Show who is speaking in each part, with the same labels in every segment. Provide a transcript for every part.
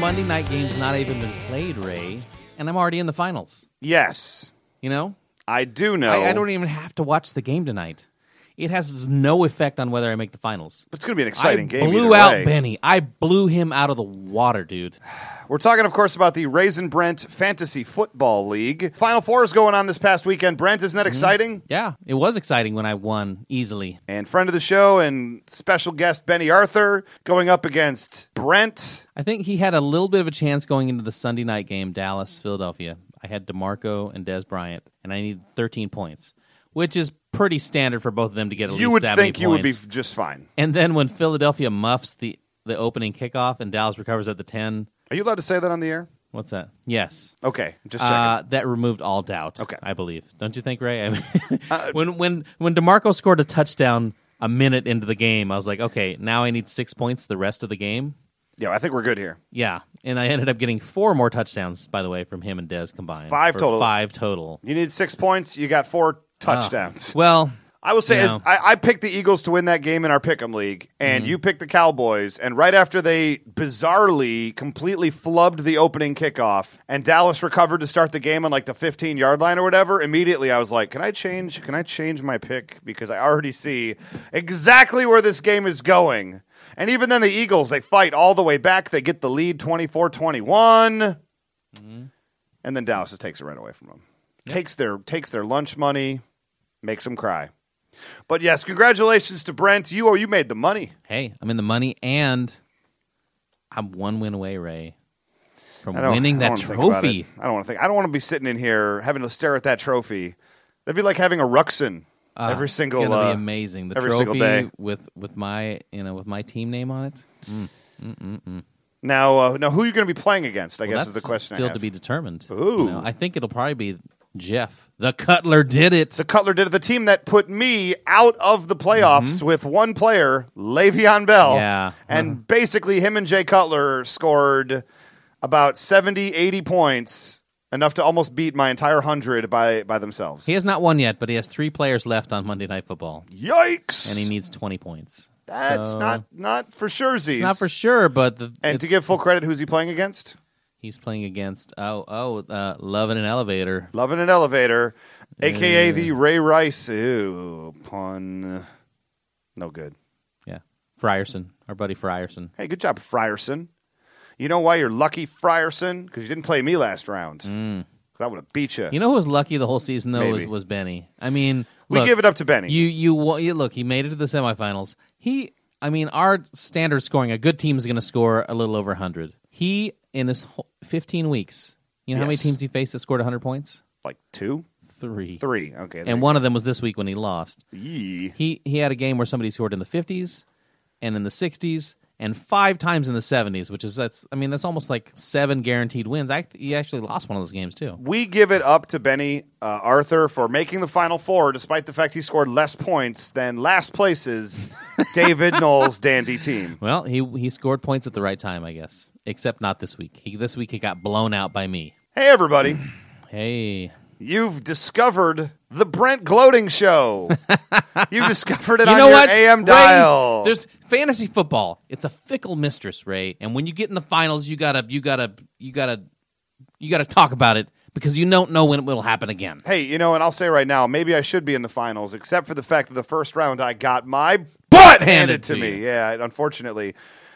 Speaker 1: Monday night game's not even been played, Ray, and I'm already in the finals.
Speaker 2: Yes,
Speaker 1: You know,
Speaker 2: I do know.
Speaker 1: I, I don't e-, even have to watch the game tonight. It has no effect on whether I make the finals.
Speaker 2: It's going to be an exciting
Speaker 1: I
Speaker 2: game.
Speaker 1: blew
Speaker 2: either
Speaker 1: out
Speaker 2: way.
Speaker 1: Benny. I blew him out of the water, dude.
Speaker 2: We're talking, of course, about the Raisin Brent Fantasy Football League. Final Four is going on this past weekend. Brent,
Speaker 1: Mm-hmm.
Speaker 2: isn't that exciting?
Speaker 1: Yeah, it was exciting when I won easily.
Speaker 2: And friend of the show and special guest Benny Arthur going up against Brent.
Speaker 1: I think he had a little bit of a chance going into the Sunday night game, Dallas, Philadelphia. I had DeMarco and Des Bryant, and I needed 13 points, which is pretty standard for both of them to get at
Speaker 2: you
Speaker 1: least
Speaker 2: would
Speaker 1: that
Speaker 2: think
Speaker 1: many
Speaker 2: you would be
Speaker 1: points.
Speaker 2: just fine.
Speaker 1: And then when Philadelphia muffs the, the opening kickoff and Dallas recovers at the 10,
Speaker 2: Are you allowed to say that on the air?
Speaker 1: what's that? Yes.
Speaker 2: Okay, just checking.
Speaker 1: Uh, that removed all doubt.
Speaker 2: Okay. Uh,
Speaker 1: I believe. Don't you think, Ray? I mean, when when when Demarco scored a touchdown a minute into the game, I was like, okay, now I need six points the rest of the game.
Speaker 2: yeah, I think we're good here.
Speaker 1: Yeah, and I ended up getting four more touchdowns, by the way, from him and Dez combined.
Speaker 2: Five
Speaker 1: For
Speaker 2: total.
Speaker 1: Five total.
Speaker 2: You need six points. You got
Speaker 1: uh,
Speaker 2: four touchdowns.
Speaker 1: Well,
Speaker 2: I will say,
Speaker 1: you
Speaker 2: as,
Speaker 1: know.
Speaker 2: I, I picked the Eagles to win that game in our pick'em league, and you picked the Cowboys. And right after they bizarrely completely flubbed the opening kickoff, and Dallas recovered to start the game on like the 15 yard line or whatever, immediately I was like, "Can I change? Can I change my pick? Because I already see exactly where this game is going." And even then, the Eagles they fight all the way back. They get the lead 24-21, and then Dallas just takes it right away from them. Takes their takes their lunch money, makes them cry. But yes, congratulations to Brent. You oh, you made the money.
Speaker 1: hey, I'm in the money, and I'm one win away, Ray, from
Speaker 2: I don't-
Speaker 1: winning that
Speaker 2: I don't wanna think about
Speaker 1: trophy.
Speaker 2: it. I don't want to think. I don't want to be sitting in here having to stare at that trophy. That'd be like having a Ruxin
Speaker 1: Ah,
Speaker 2: every
Speaker 1: it's
Speaker 2: single.
Speaker 1: gonna
Speaker 2: uh,
Speaker 1: be amazing. The
Speaker 2: every
Speaker 1: trophy
Speaker 2: single day.
Speaker 1: with with my you know with my team name on it.
Speaker 2: Now, uh, now who are you going to be playing against? I
Speaker 1: Well,
Speaker 2: guess is the question. I
Speaker 1: Still
Speaker 2: have.
Speaker 1: to be determined. you
Speaker 2: Ooh.
Speaker 1: know. I think it'll probably be Jeff. The Cutler did it.
Speaker 2: the Cutler did it, the team that put me out of the playoffs with one player, Le'Veon Bell.
Speaker 1: Mm-hmm. Yeah. Uh-huh.
Speaker 2: And basically, him and Jay Cutler scored about 70, 80 points, enough to almost beat my entire 100 by, by themselves.
Speaker 1: He has not won yet, but he has three players left on Monday Night Football,
Speaker 2: Yikes!
Speaker 1: and he needs twenty points.
Speaker 2: That's
Speaker 1: So,
Speaker 2: not not for sure.
Speaker 1: it's not for sure, but the,
Speaker 2: And to
Speaker 1: it's-
Speaker 2: give full credit, who's he playing against?
Speaker 1: he's playing against oh oh uh, Love in an Elevator.
Speaker 2: Loving an elevator, aka the Ray Rice. Ew, pun. No good.
Speaker 1: Yeah, Frierson, our buddy Frierson.
Speaker 2: Hey, good job, Frierson. You know why you're lucky, Frierson? Because you didn't play me last round. I would have beat you.
Speaker 1: Mm. You know who was lucky the whole season though was,
Speaker 2: Maybe.
Speaker 1: was Benny. I mean,
Speaker 2: we
Speaker 1: look,
Speaker 2: give it up to Benny.
Speaker 1: You you wa- you look. He made it to the semifinals. He, I mean, our standard scoring. A good team is going to score a little over hundred. He in his whole, fifteen weeks. You know how many
Speaker 2: Yes.
Speaker 1: teams he faced that scored hundred points?
Speaker 2: like two,
Speaker 1: Three.
Speaker 2: three. Okay. there
Speaker 1: And
Speaker 2: you
Speaker 1: one of them was this week when he lost.
Speaker 2: go. Yee.
Speaker 1: He he had a game where somebody scored in the fifties, and in the sixties, and five times in the seventies, which is that's I mean that's almost like seven guaranteed wins. I, he actually lost one of those games too.
Speaker 2: We give it up to Benny uh, Arthur for making the Final Four, despite the fact he scored less points than last place's David Knowles dandy team.
Speaker 1: Well, he he scored points at the right time, I guess. Except not this week. He this week he got blown out by me.
Speaker 2: Hey, everybody.
Speaker 1: Hey,
Speaker 2: You've discovered the Brent Gloating Show. you discovered it
Speaker 1: you
Speaker 2: on
Speaker 1: know
Speaker 2: your
Speaker 1: what?
Speaker 2: AM
Speaker 1: Ray,
Speaker 2: dial.
Speaker 1: There's fantasy football. It's a fickle mistress, Ray. And when you get in the finals, you gotta, you gotta, you gotta, you gotta talk about it because you don't know when it will happen again.
Speaker 2: hey, you know, and I'll say right now, maybe I should be in the finals, except for the fact that the first round I got my butt handed,
Speaker 1: Handed
Speaker 2: to
Speaker 1: to
Speaker 2: me.
Speaker 1: you.
Speaker 2: Yeah, and unfortunately,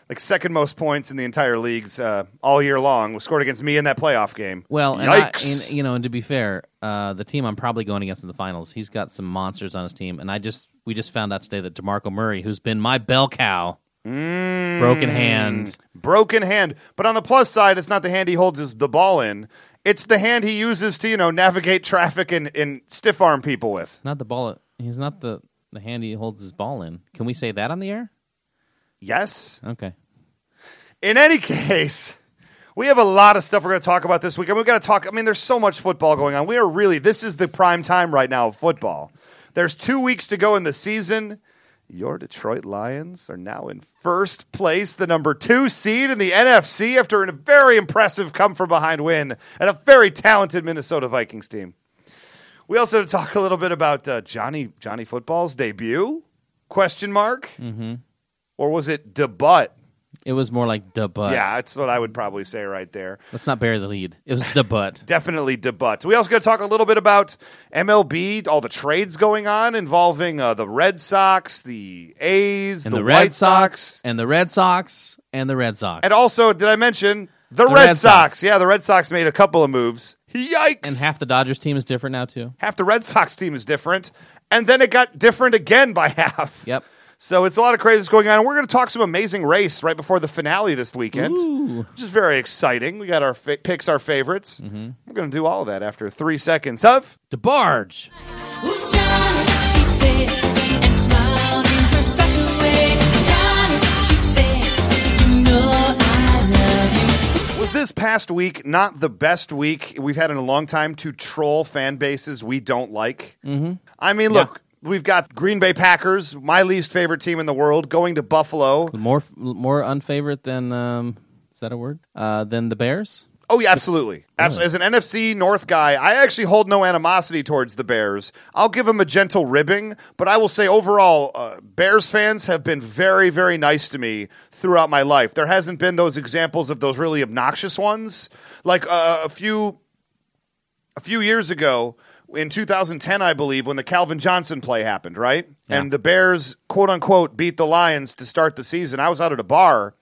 Speaker 2: like second most points in the entire leagues uh, all year long was scored against me in that playoff game.
Speaker 1: Well, and, I,
Speaker 2: yikes!
Speaker 1: and you know, and to be fair, uh, the team I'm probably going against in the finals, he's got some monsters on his team, and I just we just found out today that Demarco Murray, who's been my bell cow,
Speaker 2: Mm.
Speaker 1: broken hand.
Speaker 2: Broken hand. But on the plus side, it's not the hand he holds his, the ball in. It's the hand he uses to, you know, navigate traffic and, and stiff arm people with.
Speaker 1: Not the ball. He's not the the hand he holds his ball in. Can we say that on the air?
Speaker 2: Yes?
Speaker 1: Okay.
Speaker 2: In any case, we have a lot of stuff we're going to talk about this week. And we've got to talk. I mean, there's so much football going on. We are really, this is the prime time right now of football. There's two weeks to go in the season. Your Detroit Lions are now in first place, the number two seed in the NFC after a very impressive come from behind win at a very talented Minnesota Vikings team. We also talk a little bit about uh, Johnny Johnny Football's debut? Question mark? Mm-hmm. Or was it debut?
Speaker 1: It was more like the butt.
Speaker 2: Yeah, that's what I would probably say right there.
Speaker 1: Let's not bury the lead. It was the butt.
Speaker 2: Definitely debuts. We also got to talk a little bit about MLB, all the trades going on involving uh, the Red Sox, the A's,
Speaker 1: and
Speaker 2: the,
Speaker 1: the, Red
Speaker 2: White Sox,
Speaker 1: and the Red Sox, and the Red Sox,
Speaker 2: and also did I mention the,
Speaker 1: The
Speaker 2: Red,
Speaker 1: Red
Speaker 2: Sox.
Speaker 1: Sox.
Speaker 2: Yeah, the Red Sox made a couple of moves. Yikes!
Speaker 1: and half the Dodgers team is different now too.
Speaker 2: half the Red Sox team is different, and then it got different again by half.
Speaker 1: Yep.
Speaker 2: So it's a lot of craziness going on. We're going to talk some amazing race right before the finale this weekend,
Speaker 1: Ooh.
Speaker 2: which is very exciting. We got our fa- picks, our favorites. We're going to do all of that after three seconds of.
Speaker 1: DeBarge.
Speaker 3: Who's Johnny? She said, and smiled in her special way. Johnny, she said, you know I love you.
Speaker 2: Was this past week not the best week we've had in a long time to troll fan bases we don't like? Mm-hmm. I mean, look, we've got Green Bay Packers, my least favorite team in the world, going to Buffalo.
Speaker 1: More more unfavorite than um, is that a word? Uh, than the Bears.
Speaker 2: Oh yeah, absolutely. Absolutely. As an NFC North guy, I actually hold no animosity towards the Bears. I'll give them a gentle ribbing, but I will say overall, uh, Bears fans have been very, very nice to me throughout my life. There hasn't been those examples of those really obnoxious ones, like uh, a few a few years ago in 2010, I believe, when the Calvin Johnson play happened, right?
Speaker 1: Yeah.
Speaker 2: And the Bears, quote unquote, beat the Lions to start the season. I was out at a bar,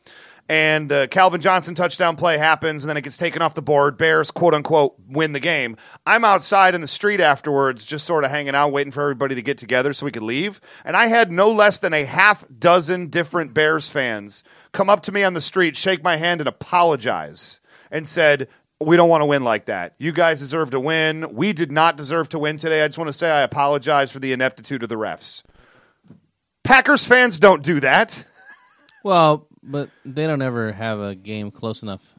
Speaker 2: and the Calvin Johnson touchdown play happens, and then it gets taken off the board. Bears, quote unquote, win the game. I'm outside in the street afterwards, just sort of hanging out, waiting for everybody to get together so we could leave. And I had no less than a half dozen different Bears fans come up to me on the street, shake my hand, and apologize and said, we don't want to win like that. You guys deserve to win. We did not deserve to win today. I just want to say I apologize for the ineptitude of the refs. Packers fans don't do that.
Speaker 1: Well, but they don't ever have a game close enough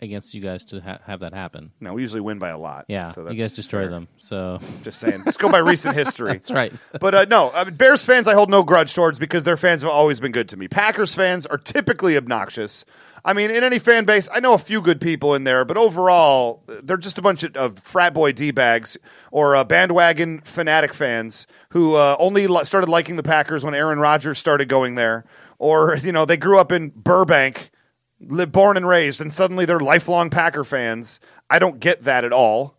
Speaker 1: against you guys to ha- have that happen.
Speaker 2: No, we usually win by a lot.
Speaker 1: Yeah,
Speaker 2: so
Speaker 1: you
Speaker 2: that's
Speaker 1: guys destroy
Speaker 2: fair.
Speaker 1: them. So
Speaker 2: Just saying. Let's go by recent history.
Speaker 1: that's right.
Speaker 2: But uh, no, I mean, Bears fans I hold no grudge towards because their fans have always been good to me. Packers fans are typically obnoxious. I mean, in any fan base, I know a few good people in there, but overall, they're just a bunch of, of frat boy d bags or uh, bandwagon fanatic fans who uh, only li- started liking the Packers when Aaron Rodgers started going there, or you know, they grew up in Burbank, li- born and raised, and suddenly they're lifelong Packer fans. I don't get that at all.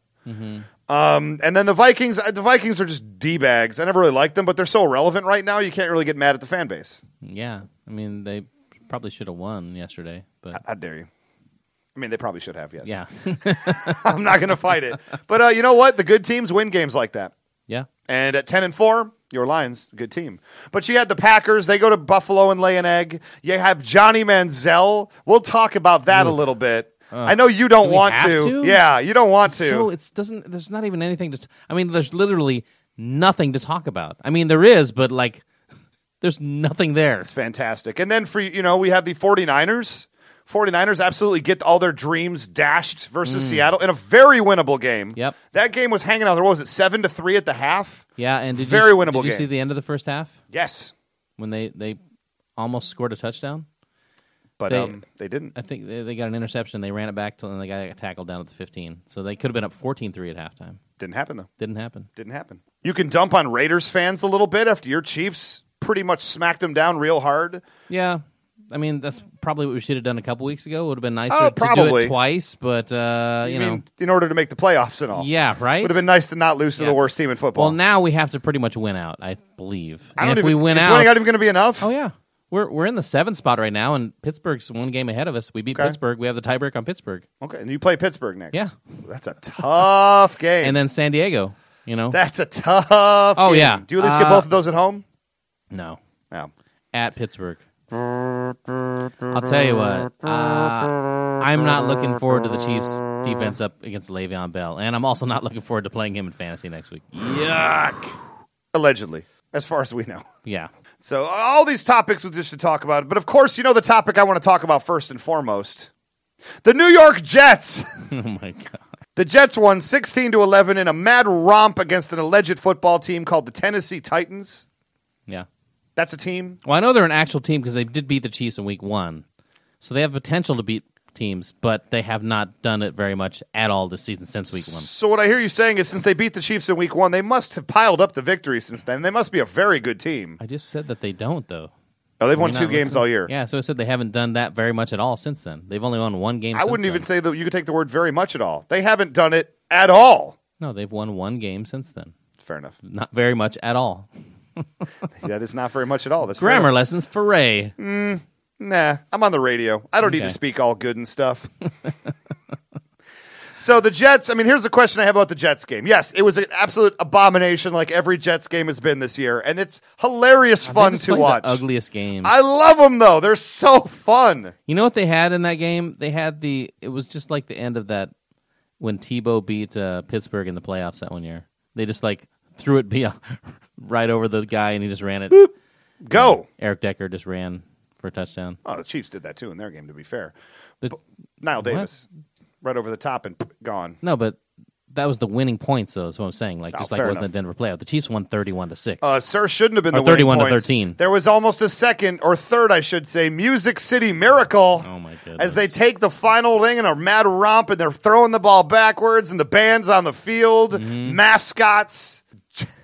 Speaker 2: Um, and then the Vikings, the Vikings are just d bags. I never really liked them, but they're so relevant right now. You can't really get mad at the fan base.
Speaker 1: Yeah, I mean they probably should have won yesterday, but
Speaker 2: How dare you? I mean, they probably should have. Yes.
Speaker 1: yeah,
Speaker 2: I'm not going to fight it. But uh, you know what? The good teams win games like that.
Speaker 1: yeah.
Speaker 2: And at ten and four, your Lions, good team. But you had the Packers. They go to Buffalo and lay an egg. You have Johnny Manziel. We'll talk about that a little bit. I know you don't
Speaker 1: Do we
Speaker 2: want
Speaker 1: have to?
Speaker 2: Yeah, you don't want to.
Speaker 1: So it's doesn't. There's not even anything to. T- I mean, there's literally nothing to talk about. I mean, there is, but like, there's nothing there.
Speaker 2: It's fantastic. And then for you know, we have the 49ers. 49ers absolutely get all their dreams dashed versus Seattle in a very winnable game.
Speaker 1: Mm. Yep.
Speaker 2: That game was hanging out there. What was it? 7 to 3 at the half?
Speaker 1: Yeah, and did
Speaker 2: Very
Speaker 1: you,
Speaker 2: winnable
Speaker 1: Did you
Speaker 2: game.
Speaker 1: see the end of the first half
Speaker 2: Yes.
Speaker 1: when they they almost scored a touchdown?
Speaker 2: But
Speaker 1: They-
Speaker 2: um they didn't.
Speaker 1: I think they, they got an interception. They ran it back till and the guy got tackled down at the 15. So they could have been up 14-3 at halftime.
Speaker 2: Didn't happen though.
Speaker 1: Didn't happen.
Speaker 2: Didn't happen. You can dump on Raiders fans a little bit after your Chiefs pretty much smacked them down real hard.
Speaker 1: Yeah. I mean, that's probably what we should have done a couple weeks ago. It would have been nicer to
Speaker 2: Oh,
Speaker 1: do
Speaker 2: probably.
Speaker 1: it twice, but uh, you,
Speaker 2: I
Speaker 1: know,
Speaker 2: mean, in order to make the playoffs and all.
Speaker 1: yeah, right.
Speaker 2: Would have been nice to not lose to
Speaker 1: Yeah.
Speaker 2: the worst team in football.
Speaker 1: well, now we have to pretty much win out, I believe.
Speaker 2: I
Speaker 1: and
Speaker 2: don't
Speaker 1: if
Speaker 2: even,
Speaker 1: we win
Speaker 2: is
Speaker 1: out,
Speaker 2: winning out even going to be enough?
Speaker 1: oh yeah, we're we're in the seventh spot right now, and Pittsburgh's one game ahead of us. We beat
Speaker 2: Okay.
Speaker 1: Pittsburgh. We have the tiebreak on Pittsburgh,
Speaker 2: Okay, and you play Pittsburgh next.
Speaker 1: Yeah.
Speaker 2: that's a tough game.
Speaker 1: and then San Diego. You know,
Speaker 2: That's a tough. Oh
Speaker 1: yeah.
Speaker 2: Do you at least get
Speaker 1: Uh,
Speaker 2: both of those at home?
Speaker 1: no,
Speaker 2: No.
Speaker 1: at Pittsburgh. I'll tell you what, uh, I'm not looking forward to the Chiefs' defense up against Le'Veon Bell, and I'm also not looking forward to playing him in fantasy next week. Yuck.
Speaker 2: Allegedly, as far as we know.
Speaker 1: Yeah.
Speaker 2: So all these topics we just to talk about, but of course, you know the topic I want to talk about first and foremost: the New York Jets.
Speaker 1: Oh my god.
Speaker 2: The Jets won 16 to 11 in a mad romp against an alleged football team called the Tennessee Titans.
Speaker 1: Yeah.
Speaker 2: That's a team.
Speaker 1: Well, I know they're an actual team because they did beat the Chiefs in Week One, so they have potential to beat teams, but they have not done it very much at all this season since Week One.
Speaker 2: So what I hear you saying is, since they beat the Chiefs in Week One, they must have piled up the victory since then. They must be a very good team.
Speaker 1: I just said that they don't, though.
Speaker 2: Oh, they've won
Speaker 1: You're
Speaker 2: two
Speaker 1: not
Speaker 2: games
Speaker 1: listening?
Speaker 2: all year.
Speaker 1: Yeah, so I said they haven't done that very much at all since then. They've only won one game.
Speaker 2: I
Speaker 1: since
Speaker 2: wouldn't
Speaker 1: then.
Speaker 2: even say that you could take the word very much at all. They haven't done it at all.
Speaker 1: No, they've won one game since then.
Speaker 2: Fair enough.
Speaker 1: Not very much at all.
Speaker 2: that is not very much at all. That's fair
Speaker 1: Grammar lessons for Ray.
Speaker 2: Nah, I'm on the radio. I don't need
Speaker 1: Okay.
Speaker 2: to speak all good and stuff. so the Jets, I mean, here's the question I have about the Jets game. Yes, it was an absolute abomination like every Jets game has been this year, and it's hilarious
Speaker 1: They
Speaker 2: fun
Speaker 1: just
Speaker 2: to
Speaker 1: played the
Speaker 2: watch.
Speaker 1: ugliest games.
Speaker 2: I love them though. They're so fun.
Speaker 1: You know what they had in that game? They had the. It was just like the end of that when Tebow beat uh, Pittsburgh in the playoffs that one year. They just like threw it be- right over the guy, and he just ran it.
Speaker 2: Go.
Speaker 1: Eric Decker just ran for a touchdown.
Speaker 2: Oh, the Chiefs did that too in their game to be fair.
Speaker 1: The-
Speaker 2: Niall Davis right over the top and gone.
Speaker 1: no, but that was the winning points, though. Is what I'm saying. Like
Speaker 2: Oh,
Speaker 1: just like
Speaker 2: fair
Speaker 1: it wasn't
Speaker 2: enough.
Speaker 1: the Denver playoff. The Chiefs won 31 to six.
Speaker 2: Uh, sir shouldn't have been
Speaker 1: Or
Speaker 2: the winning
Speaker 1: 31 to
Speaker 2: points.
Speaker 1: 13.
Speaker 2: There was almost a second or third, I should say, Music City Miracle.
Speaker 1: Oh, my goodness.
Speaker 2: As they take the final thing and are mad romp and they're throwing the ball backwards and the band's on the field,
Speaker 1: Mm-hmm.
Speaker 2: mascots.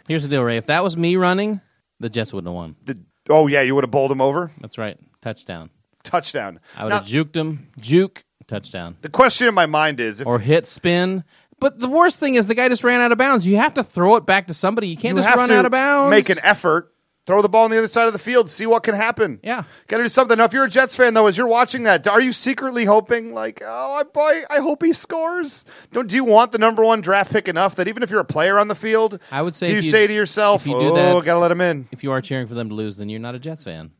Speaker 1: Here's the deal, Ray. If that was me running, the Jets wouldn't have won.
Speaker 2: The, oh yeah, you would have bowled them over.
Speaker 1: That's right. Touchdown.
Speaker 2: Touchdown.
Speaker 1: I would
Speaker 2: Now,
Speaker 1: have juked him. Juke. Touchdown.
Speaker 2: the question in my mind is, if
Speaker 1: or hit spin. But the worst thing is the guy just ran out of bounds. You have to throw it back to somebody. You can't
Speaker 2: you
Speaker 1: just
Speaker 2: have
Speaker 1: run
Speaker 2: to
Speaker 1: out of bounds.
Speaker 2: make an effort. Throw the ball on the other side of the field. See what can happen.
Speaker 1: Yeah.
Speaker 2: got to do something. Now, if you're a Jets fan, though, as you're watching that, are you secretly hoping, like, oh, I boy, I hope he scores? Don't do you want the number one draft pick enough that even if you're a player on the field,
Speaker 1: I would say
Speaker 2: do you
Speaker 1: if you-
Speaker 2: say to yourself,
Speaker 1: if you do
Speaker 2: oh,
Speaker 1: that-
Speaker 2: gotta let him in?
Speaker 1: if you are cheering for them to lose, then you're not a Jets fan.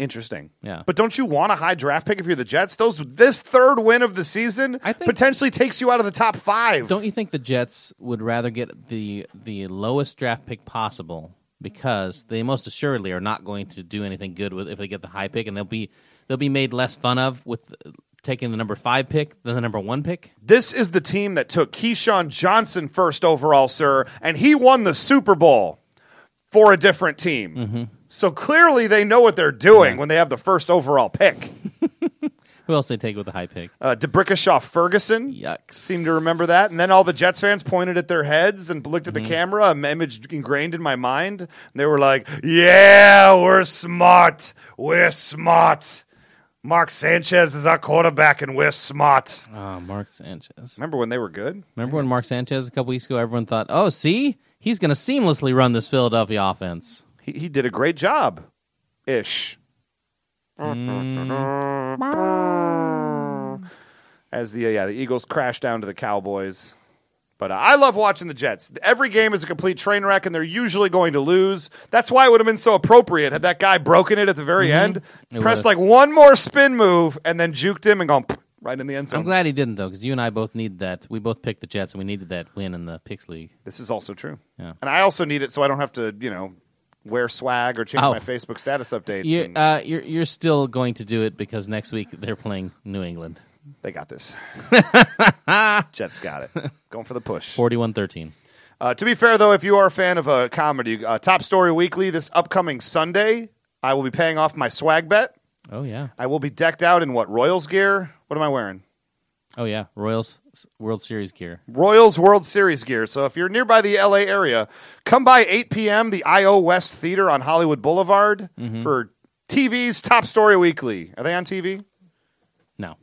Speaker 2: Interesting.
Speaker 1: Yeah.
Speaker 2: But don't you want a high draft pick if you're the Jets? Those this third win of the season
Speaker 1: I think-
Speaker 2: potentially takes you out of the top five.
Speaker 1: Don't you think the Jets would rather get the the lowest draft pick possible because they most assuredly are not going to do anything good with if they get the high pick and they'll be they'll be made less fun of with taking the number 5 pick than the number 1 pick?
Speaker 2: This is the team that took Keyshawn Johnson first overall, sir, and he won the Super Bowl for a different team. So clearly they know what they're doing when they have the first overall pick.
Speaker 1: Who else they take with the high pick?
Speaker 2: Uh, DeBrickashaw Ferguson
Speaker 1: Yucks.
Speaker 2: seemed to remember that. And then all the Jets fans pointed at their heads and looked at the camera, an image ingrained in my mind. And they were like, Yeah, we're smart. We're smart. Mark Sanchez is our quarterback, and we're smart.
Speaker 1: Ah, Mark Sanchez.
Speaker 2: Remember when they were good?
Speaker 1: Remember when Mark Sanchez a couple weeks ago, everyone thought, "Oh, see, he's going to seamlessly run this Philadelphia offense."
Speaker 2: He, he did a great job ish.
Speaker 1: Mm-hmm.
Speaker 2: As the uh, yeah the Eagles crash down to the Cowboys, but uh, I love watching the Jets. Every game is a complete train wreck, and they're usually going to lose. That's why it would have been so appropriate had that guy broken it at the very end,
Speaker 1: Mm-hmm. It
Speaker 2: pressed
Speaker 1: would've.
Speaker 2: like one more spin move, and then juked him and gone pff, right in the end zone.
Speaker 1: I'm glad he didn't though, because you and I both need that. We both picked the Jets, and we needed that win in the picks league.
Speaker 2: This is also true,
Speaker 1: Yeah.
Speaker 2: and I also need it so I don't have to you know wear swag or change
Speaker 1: Oh.
Speaker 2: my Facebook status updates.
Speaker 1: You're,
Speaker 2: and-
Speaker 1: uh, you're you're still going to do it because next week they're playing New England,
Speaker 2: They got this. Jets got it. Going for the push.
Speaker 1: 41-13.
Speaker 2: Uh, to be fair, though, if you are a fan of uh, comedy, uh, Top Story Weekly this upcoming Sunday, I will be paying off my swag bet.
Speaker 1: Oh yeah,
Speaker 2: I will be decked out in what Royals gear? What am I wearing?
Speaker 1: oh yeah, Royals S- World Series gear.
Speaker 2: Royals World Series gear. So if you're nearby the LA area, come by 8 p.m. the IO West Theater on Hollywood Boulevard
Speaker 1: Mm-hmm.
Speaker 2: for TV's Top Story Weekly. Are they on TV?
Speaker 1: No,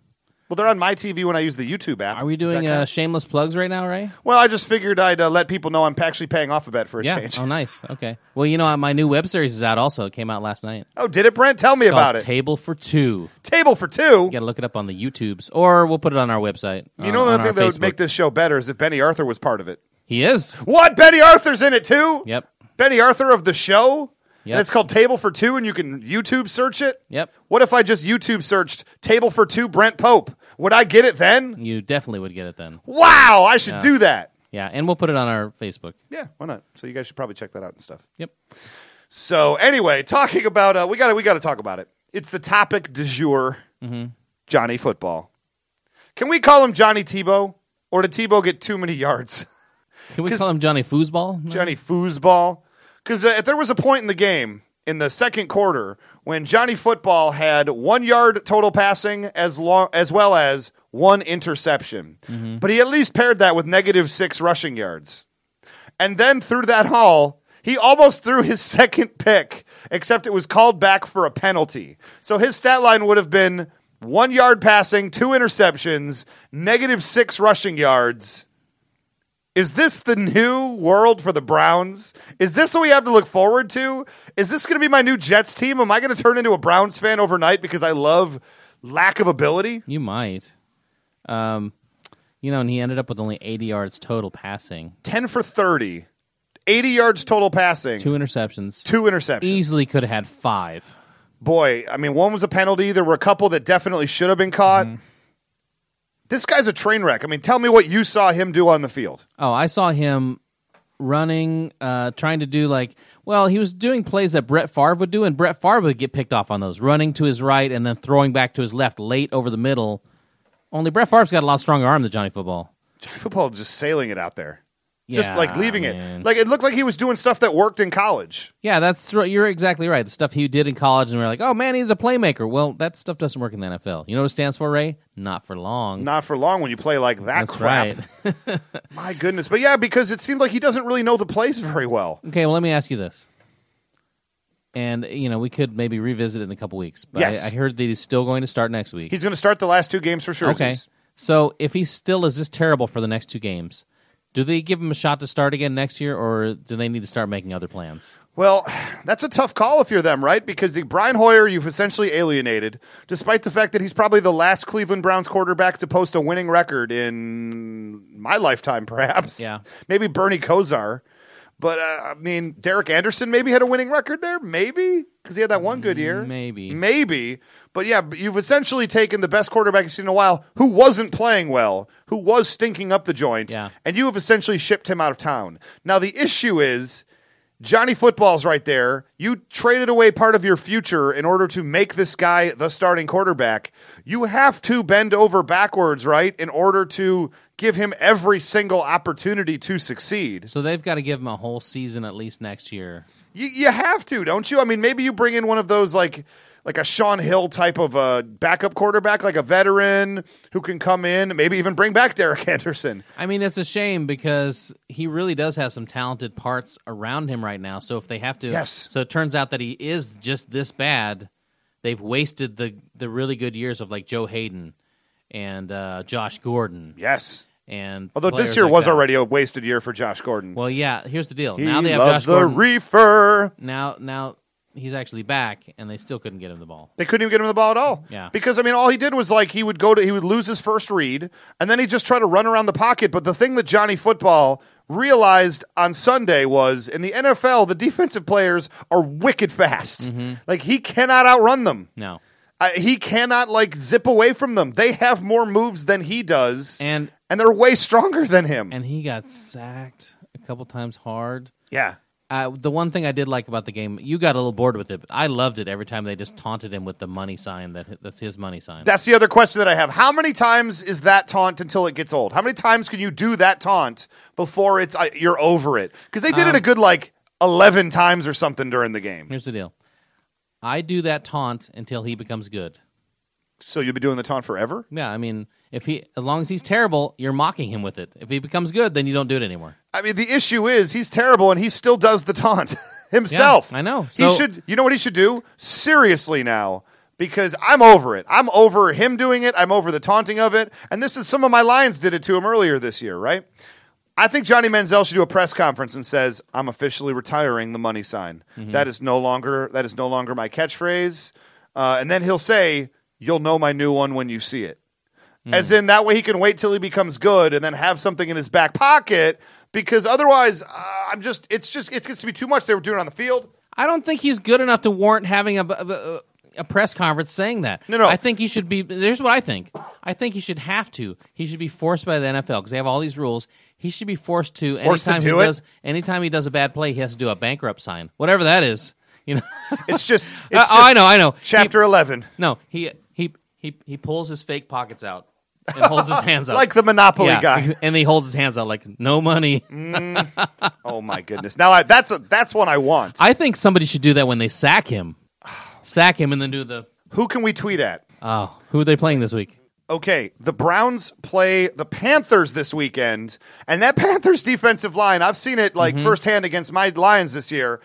Speaker 2: Well, they're on my TV when I use the YouTube app.
Speaker 1: are we
Speaker 2: Does that
Speaker 1: doing
Speaker 2: count?
Speaker 1: uh, shameless plugs right now, Ray?
Speaker 2: Well, I just figured I'd uh, let people know I'm actually paying off a bet for a
Speaker 1: Yeah.
Speaker 2: change.
Speaker 1: Oh, nice. Okay. Well, you know, uh, my new web series is out. Also, it came out last night.
Speaker 2: Oh, did it, Brent? Tell me
Speaker 1: It's
Speaker 2: about
Speaker 1: called
Speaker 2: it.
Speaker 1: Table for two.
Speaker 2: Table for two.
Speaker 1: You got to look it up on the YouTubes, or we'll put it on our website.
Speaker 2: You know the only thing that would make this show better is if Benny Arthur was part of it.
Speaker 1: He is.
Speaker 2: What? Benny Arthur's in it too?
Speaker 1: Yep.
Speaker 2: Benny Arthur of the show?
Speaker 1: Yep.
Speaker 2: And it's called Table for Two, and you can YouTube search it?
Speaker 1: Yep.
Speaker 2: What if I just YouTube searched Table for Two Brent Pope? Would I get it then?
Speaker 1: You definitely would get it then.
Speaker 2: Wow, I should do that.
Speaker 1: Yeah, and we'll put it on our Facebook.
Speaker 2: Yeah, why not? So you guys should probably check that out and stuff.
Speaker 1: Yep.
Speaker 2: So anyway, talking about uh, we got to we got to talk about it. It's the topic du jour, Johnny Football. Can we call him Johnny Tebow, or did Tebow get too many yards?
Speaker 1: Can we
Speaker 2: 'Cause-
Speaker 1: call him Johnny Foosball?
Speaker 2: Johnny Foosball? Because uh, if there was a point in the game in the second quarter when Johnny Football had one yard total passing as long as well as one interception, but he at least paired that with negative six rushing yards, and then through that haul, he almost threw his second pick except it was called back for a penalty. So his stat line would have been one yard passing, two interceptions, negative six rushing yards. Is this the new world for the Browns? Is this what we have to look forward to? Is this going to be my new Jets team? Am I going to turn into a Browns fan overnight because I love lack of ability?
Speaker 1: You might. Um, you know, and he ended up with only 80 yards total passing,
Speaker 2: 10 for 30, 80 yards total passing,
Speaker 1: two
Speaker 2: two,
Speaker 1: interceptions.
Speaker 2: interceptions.
Speaker 1: Easily could have had five.
Speaker 2: Boy, I mean, one was a penalty. There were a couple that definitely should have been caught.
Speaker 1: Mm-hmm.
Speaker 2: This guy's a train wreck. I mean, tell me what you saw him do on the field.
Speaker 1: Oh, I saw him running, uh, trying to do like, well, he was doing plays that Brett Favre would do, and Brett Favre would get picked off on those, running to his right and then throwing back to his left late over the middle. Only Brett Favre's got a lot stronger arm than Johnny Football.
Speaker 2: Johnny Football just sailing it out there, just
Speaker 1: Yeah,
Speaker 2: like leaving
Speaker 1: man.
Speaker 2: it. Like it looked like he was doing stuff that worked in college.
Speaker 1: Yeah, that's right. You're exactly right. The stuff he did in college, and we are like, oh man, he's a playmaker. Well, that stuff doesn't work in the NFL. You know what it stands for, Ray? Not for long.
Speaker 2: Not for long when you play like that.
Speaker 1: that's
Speaker 2: crap.
Speaker 1: right.
Speaker 2: My goodness, but yeah, because it seemed like he doesn't really know the plays very well.
Speaker 1: Okay, well, let me ask you this. And, you know, we could maybe revisit it in a couple weeks. But
Speaker 2: Yes.
Speaker 1: I, I heard that he's still going to start next week.
Speaker 2: He's going to start the last two games for sure.
Speaker 1: okay. So if he still is this terrible for the next two games, do they give him a shot to start again next year, or do they need to start making other plans?
Speaker 2: Well, that's a tough call if you're them, right? Because the Brian Hoyer you've essentially alienated, despite the fact that he's probably the last Cleveland Browns quarterback to post a winning record in my lifetime, perhaps.
Speaker 1: Yeah.
Speaker 2: Maybe Bernie Kosar. But uh, I mean, Derek Anderson maybe had a winning record there, maybe because he had that one good year.
Speaker 1: Maybe.
Speaker 2: maybe. But yeah, but you've essentially taken the best quarterback you've seen in a while, who wasn't playing well, who was stinking up the joint,
Speaker 1: Yeah.
Speaker 2: and you have essentially shipped him out of town. Now the issue is. Johnny Football's right there. You traded away part of your future in order to make this guy the starting quarterback. You have to bend over backwards, right, in order to give him every single opportunity to succeed.
Speaker 1: So they've got to give him a whole season at least next year.
Speaker 2: You, you have to, don't you? I mean, maybe you bring in one of those like like a Sean Hill type of a backup quarterback, like a veteran who can come in, maybe even bring back Derek Anderson.
Speaker 1: I mean, it's a shame because he really does have some talented parts around him right now. So if they have to,
Speaker 2: Yes.
Speaker 1: So it turns out that he is just this bad. They've wasted the the really good years of like Joe Hayden and uh, Josh Gordon
Speaker 2: Yes.
Speaker 1: and
Speaker 2: Although
Speaker 1: players
Speaker 2: this year
Speaker 1: like
Speaker 2: was
Speaker 1: that.
Speaker 2: already a wasted year for Josh Gordon.
Speaker 1: Well, yeah. Here's the deal.
Speaker 2: he
Speaker 1: now they have Josh
Speaker 2: loves the
Speaker 1: Gordon.
Speaker 2: reefer.
Speaker 1: now, now he's actually back, and they still couldn't get him the ball.
Speaker 2: They couldn't even get him the ball at all.
Speaker 1: Yeah.
Speaker 2: Because I mean, all he did was like he would go to he would lose his first read, and then he just try to run around the pocket. But the thing that Johnny Football realized on Sunday was in the NFL, the defensive players are wicked fast.
Speaker 1: Mm-hmm.
Speaker 2: Like he cannot outrun them.
Speaker 1: No.
Speaker 2: Uh, he cannot like zip away from them. They have more moves than he does,
Speaker 1: And
Speaker 2: and they're way stronger than him.
Speaker 1: and he got sacked a couple times hard.
Speaker 2: yeah.
Speaker 1: Uh, the one thing I did like about the game, you got a little bored with it. But I loved it every time they just taunted him with the money sign. That that's his money sign.
Speaker 2: That's the other question that I have. How many times is that taunt until it gets old? How many times can you do that taunt before it's uh, you're over it? Because they did it a good like eleven times or something during the game.
Speaker 1: Here's the deal. I do that taunt until he becomes good.
Speaker 2: So you'll be doing the taunt forever.
Speaker 1: Yeah, I mean, if he as long as he's terrible, you're mocking him with it. If he becomes good, then you don't do it anymore.
Speaker 2: I mean, the issue is he's terrible and he still does the taunt himself.
Speaker 1: I know.
Speaker 2: he
Speaker 1: So-
Speaker 2: should. You know what he should do? Seriously now, because I'm over it. I'm over him doing it. I'm over the taunting of it. And this is some of my Lions did it to him earlier this year, right? I think Johnny Manziel should do a press conference and says, "I'm officially retiring the money sign.
Speaker 1: Mm-hmm.
Speaker 2: That is no longer that is no longer my catchphrase." Uh, and then he'll say, "You'll know my new one when you see it."
Speaker 1: Mm.
Speaker 2: As in that way he can wait till he becomes good and then have something in his back pocket because otherwise uh, I'm just it's just it gets to be too much they were doing it on the field.
Speaker 1: I don't think he's good enough to warrant having a, a, a press conference saying that.
Speaker 2: No, no.
Speaker 1: I think he should be. Here's what I think. I think he should have to. He should be forced by the NFL because they have all these rules. He should be forced to.
Speaker 2: Forced to
Speaker 1: anytime
Speaker 2: do
Speaker 1: he
Speaker 2: it?
Speaker 1: does, anytime he does a bad play, he has to do a bankrupt sign, whatever that is. You know.
Speaker 2: It's just it's
Speaker 1: Uh,
Speaker 2: just
Speaker 1: oh, I know. I know.
Speaker 2: chapter 11
Speaker 1: He- no, he he he he pulls his fake pockets out and holds his hands out
Speaker 2: like the monopoly
Speaker 1: yeah,
Speaker 2: guy. Mm.
Speaker 1: and he holds his hands out like no money.
Speaker 2: oh my goodness. Now I, that's a that's one I want.
Speaker 1: I think somebody should do that when they sack him, sack him, and then do the.
Speaker 2: Who can we tweet at?
Speaker 1: Oh, who are they playing this week?
Speaker 2: Okay, the Browns play the Panthers this weekend,
Speaker 1: Mm-hmm.
Speaker 2: and that Panthers defensive line, I've seen it like firsthand against my Lions this year.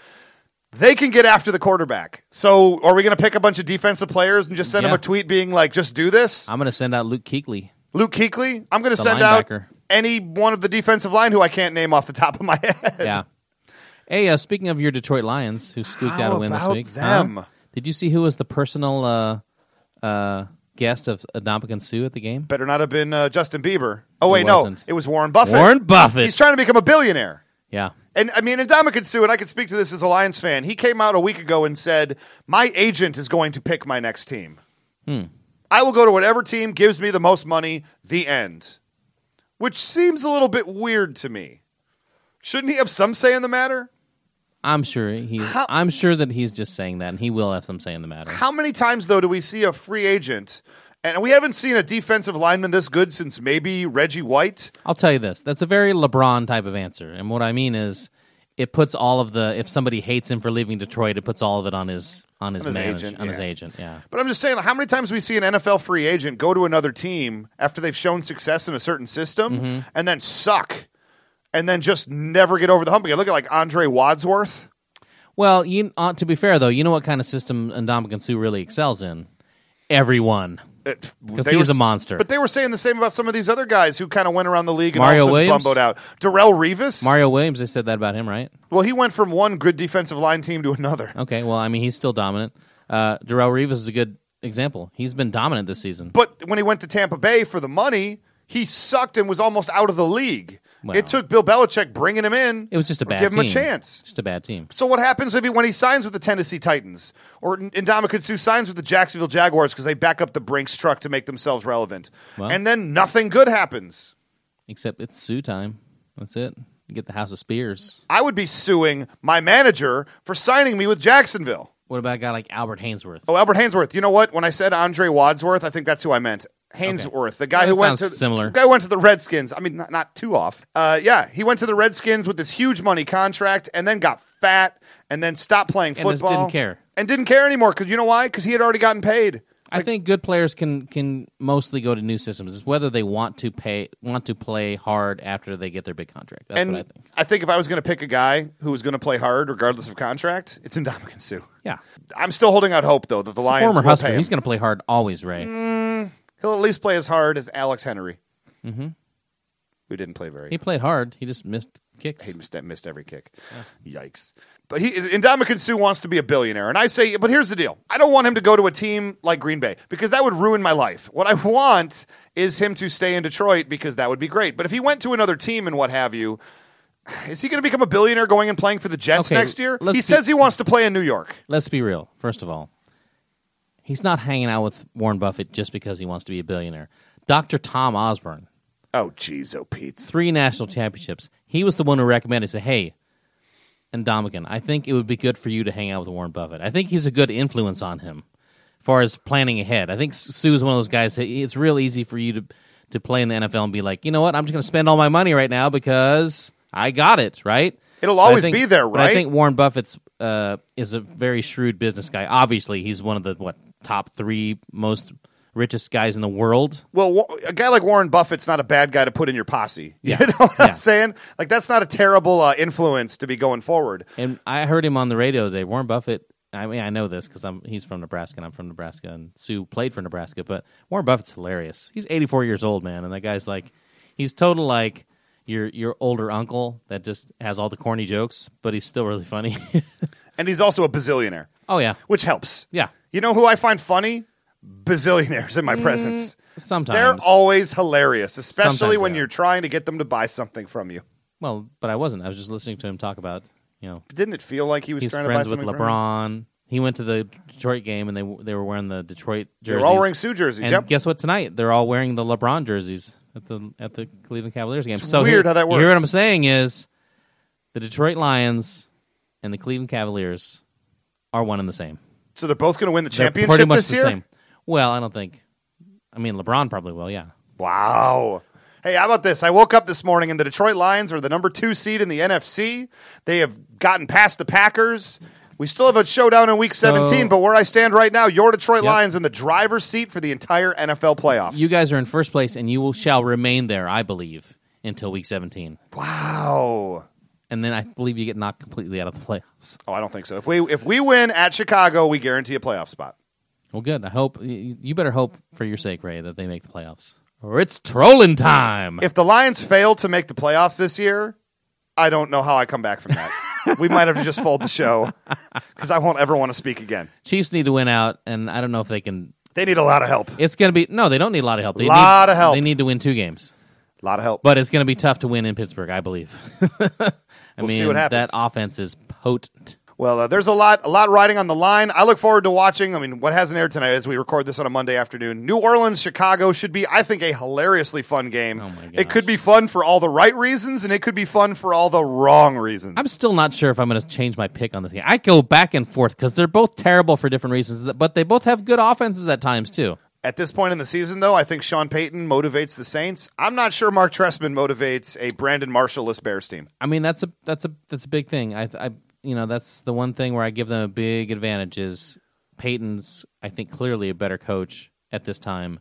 Speaker 2: They can get after the quarterback. So are we going to pick a bunch of defensive players and just send
Speaker 1: Yeah.
Speaker 2: them a tweet being like, just do this?
Speaker 1: I'm going to send out Luke Kuechly.
Speaker 2: Luke Keekley, I'm going
Speaker 1: The
Speaker 2: to send out
Speaker 1: linebacker.
Speaker 2: any one of the defensive line who I can't name off the top of my head.
Speaker 1: Yeah. Hey, uh, speaking of your Detroit Lions, who squeaked
Speaker 2: How
Speaker 1: out a win this
Speaker 2: about
Speaker 1: week,
Speaker 2: them?
Speaker 1: huh? Did you see who was the personal uh, uh, guest of Adampican Sue at the game?
Speaker 2: Better not have been uh, Justin Bieber. Oh, wait, no.
Speaker 1: wasn't.
Speaker 2: It was Warren Buffett.
Speaker 1: Warren Buffett.
Speaker 2: He's trying to become a billionaire.
Speaker 1: yeah.
Speaker 2: And I mean, Adama could sue, and I could speak to this as a Lions fan. He came out a week ago and said, My agent is going to pick my next team. I will go to whatever team gives me the most money, the end. Which seems a little bit weird to me. Shouldn't he have some say in the matter?
Speaker 1: I'm sure he. I'm sure that he's just saying that, and he will have some say in the matter.
Speaker 2: How many times, though, do we see a free agent? And we haven't seen a defensive lineman this good since maybe Reggie White.
Speaker 1: I'll tell you this: that's a very LeBron type of answer, and what I mean is, it puts all of the if somebody hates him for leaving Detroit, it puts all of it on his on his,
Speaker 2: On his
Speaker 1: manage-
Speaker 2: agent,
Speaker 1: on his
Speaker 2: yeah.
Speaker 1: agent. Yeah,
Speaker 2: But I'm just saying, like, how many times do we see an NFL free agent go to another team after they've shown success in a certain system
Speaker 1: Mm-hmm.
Speaker 2: and then suck and then just never get over the hump again? Look at like Andre Wadsworth.
Speaker 1: Well, you uh, to be fair though, you know what kind of system Ndamukong Suh really excels in? Everyone.
Speaker 2: It-
Speaker 1: 'Cause
Speaker 2: they
Speaker 1: he
Speaker 2: were
Speaker 1: was a
Speaker 2: s-
Speaker 1: monster.
Speaker 2: But they were saying the same about some of these other guys who kind of went around the league and
Speaker 1: Mario
Speaker 2: also
Speaker 1: Williams?
Speaker 2: bumboed out. Darrell Revis.
Speaker 1: Mario Williams, they said that about him, right?
Speaker 2: well, he went from one good defensive line team to another.
Speaker 1: Okay, well, I mean, he's still dominant. Uh, Darrell Reeves is a good example. He's been dominant this season.
Speaker 2: But when he went to Tampa Bay for the money, he sucked and was almost out of the league.
Speaker 1: Well.
Speaker 2: it took Bill Belichick bringing him in.
Speaker 1: It was just a
Speaker 2: or
Speaker 1: bad
Speaker 2: give him
Speaker 1: team.
Speaker 2: a chance.
Speaker 1: Just a bad team.
Speaker 2: So what happens if he, when he signs with the Tennessee Titans or Indominus Sue signs with the Jacksonville Jaguars because they back up the Brinks truck to make themselves relevant,
Speaker 1: Well.
Speaker 2: and then nothing good happens?
Speaker 1: Except it's Sue time. That's it. You get the House of Spears.
Speaker 2: I would be suing my manager for signing me with Jacksonville.
Speaker 1: What about a guy like Albert Hainsworth?
Speaker 2: Oh, Albert Hainsworth. You know what? When I said Andre Wadsworth, I think that's who I meant. Hainsworth, the guy
Speaker 1: That
Speaker 2: who went to
Speaker 1: sounds similar.
Speaker 2: the guy who went to the Redskins. I mean, not, not too off. Uh, yeah, he went to the Redskins with this huge money contract, and then got fat, and then stopped playing
Speaker 1: And
Speaker 2: football,
Speaker 1: just didn't care.
Speaker 2: and didn't care anymore. Because you know why? Because he had already gotten paid.
Speaker 1: I think good players can can mostly go to new systems. It's whether they want to pay want to play hard after they get their big contract. That's
Speaker 2: and
Speaker 1: what I think.
Speaker 2: if I was going to pick a guy who was going to play hard regardless of contract, it's Indominus Sue.
Speaker 1: Yeah.
Speaker 2: I'm still holding out hope though that the Lions
Speaker 1: Former
Speaker 2: will
Speaker 1: Husker,
Speaker 2: pay him.
Speaker 1: he's going to play hard always, Ray.
Speaker 2: He'll at least play as hard as Alex Henry, mm-hmm. who didn't play very.
Speaker 1: He played hard. He just missed kicks.
Speaker 2: He missed, missed every kick. Yikes. But he Indominus Sue wants to be a billionaire. And I say, but here's the deal. I don't want him to go to a team like Green Bay because that would ruin my life. What I want is him to stay in Detroit because that would be great. But if he went to another team and what have you, is he going to become a billionaire going and playing for the Jets
Speaker 1: Okay,
Speaker 2: next year? He
Speaker 1: let's do-
Speaker 2: says he wants to play in New York.
Speaker 1: Let's be real. First of all, he's not hanging out with Warren Buffett just because he wants to be a billionaire. Dr. Tom Osborne,
Speaker 2: Oh, jeez, oh, Pete.
Speaker 1: three national championships. He was the one who recommended, say, hey, and Dominican, I think it would be good for you to hang out with Warren Buffett. I think he's a good influence on him as far as planning ahead. I think Sue is one of those guys that it's real easy for you to, to play in the NFL and be like, you know what, I'm just going to spend all my money right now because I got it, right?
Speaker 2: It'll
Speaker 1: But I
Speaker 2: always be there,
Speaker 1: but I
Speaker 2: right?
Speaker 1: think Warren Buffett's uh, is a very shrewd business guy. Obviously, he's one of the what top three most richest guys in the world.
Speaker 2: Well, wa- a guy like Warren Buffett's not a bad guy to put in your posse.
Speaker 1: Yeah.
Speaker 2: You know what
Speaker 1: Yeah.
Speaker 2: I'm saying? Like, that's not a terrible uh, influence to be going forward.
Speaker 1: And I heard him on the radio today. Warren Buffett. I mean, I know this because I'm he's from Nebraska and I'm from Nebraska, and Sue played for Nebraska. But Warren Buffett's hilarious. He's 84 years old, man, and that guy's like, he's total like your your older uncle that just has all the corny jokes, but he's still really funny.
Speaker 2: And he's also a bazillionaire,
Speaker 1: oh yeah,
Speaker 2: which helps.
Speaker 1: yeah.
Speaker 2: You know who I find funny? Bazillionaires in my presence.
Speaker 1: Sometimes
Speaker 2: They're always hilarious, especially
Speaker 1: Sometimes
Speaker 2: when
Speaker 1: they are.
Speaker 2: you're trying to get them to buy something from you.
Speaker 1: well, but I wasn't. I was just listening to him talk about you know
Speaker 2: Didn't it feel like he was
Speaker 1: he's
Speaker 2: trying to buy
Speaker 1: friends with
Speaker 2: something from you?
Speaker 1: LeBron. He went to the Detroit game and they they were wearing the Detroit jerseys.
Speaker 2: They were all wearing Sue jerseys.
Speaker 1: And
Speaker 2: yep.
Speaker 1: guess what? Tonight they're all wearing the LeBron jerseys at the at the Cleveland Cavaliers game. so
Speaker 2: weird
Speaker 1: here-
Speaker 2: how that
Speaker 1: You hear what
Speaker 2: works.
Speaker 1: I'm saying is the Detroit Lions and the Cleveland Cavaliers are one and the same.
Speaker 2: So they're both going to win the
Speaker 1: They're
Speaker 2: championship
Speaker 1: pretty much
Speaker 2: this
Speaker 1: the
Speaker 2: year?
Speaker 1: same. Well, I don't think. I mean, LeBron probably will. Yeah.
Speaker 2: Wow. Hey, how about this? I woke up this morning and the Detroit Lions are the number two seed in the NFC. They have gotten past the Packers. We still have a showdown in week
Speaker 1: So-
Speaker 2: 17, but where I stand right now, your Detroit
Speaker 1: Yep.
Speaker 2: Lions in the driver's seat for the entire NFL playoffs.
Speaker 1: You guys are in first place, and you will shall remain there, I believe, until week 17.
Speaker 2: wow.
Speaker 1: and then I believe you get knocked completely out of the playoffs.
Speaker 2: Oh, I don't think so. If we if we win at Chicago, we guarantee a playoff spot.
Speaker 1: Well, good. I hope y- you better hope for your sake, Ray, that they make the playoffs. Or it's trolling time.
Speaker 2: If the Lions fail to make the playoffs this year, I don't know how I come back from that. we might have to just fold the show because I won't ever want to speak again.
Speaker 1: Chiefs need to win out, and I don't know if they can.
Speaker 2: They need a lot of help. A
Speaker 1: It's going to be no. They don't need a lot of help. They
Speaker 2: Lot
Speaker 1: need,
Speaker 2: of help.
Speaker 1: They need to win two games,
Speaker 2: lot of help.
Speaker 1: but it's going to be tough to win in Pittsburgh, I believe. I
Speaker 2: We'll see
Speaker 1: mean,
Speaker 2: what
Speaker 1: that
Speaker 2: happens.
Speaker 1: offense is potent.
Speaker 2: Well, uh, there's a lot, a lot riding on the line. I look forward to watching. I mean, what hasn't aired tonight as we record this on a Monday afternoon. New Orleans, Chicago should be, I think, a hilariously fun game.
Speaker 1: Oh my
Speaker 2: it could
Speaker 1: gosh.
Speaker 2: be fun for all the right reasons, and it could be fun for all the wrong reasons.
Speaker 1: I'm still not sure if I'm going to change my pick on this game. I go back and forth because they're both terrible for different reasons, but they both have good offenses at times too.
Speaker 2: At this point in the season, though, I think Sean Payton motivates the Saints. I'm not sure Mark Trestman motivates a Brandon Marshall-less Bears team.
Speaker 1: I mean, that's a that's a that's a big thing. I I you know that's the one thing where I give them a big advantage is Peyton's. I think clearly a better coach at this time,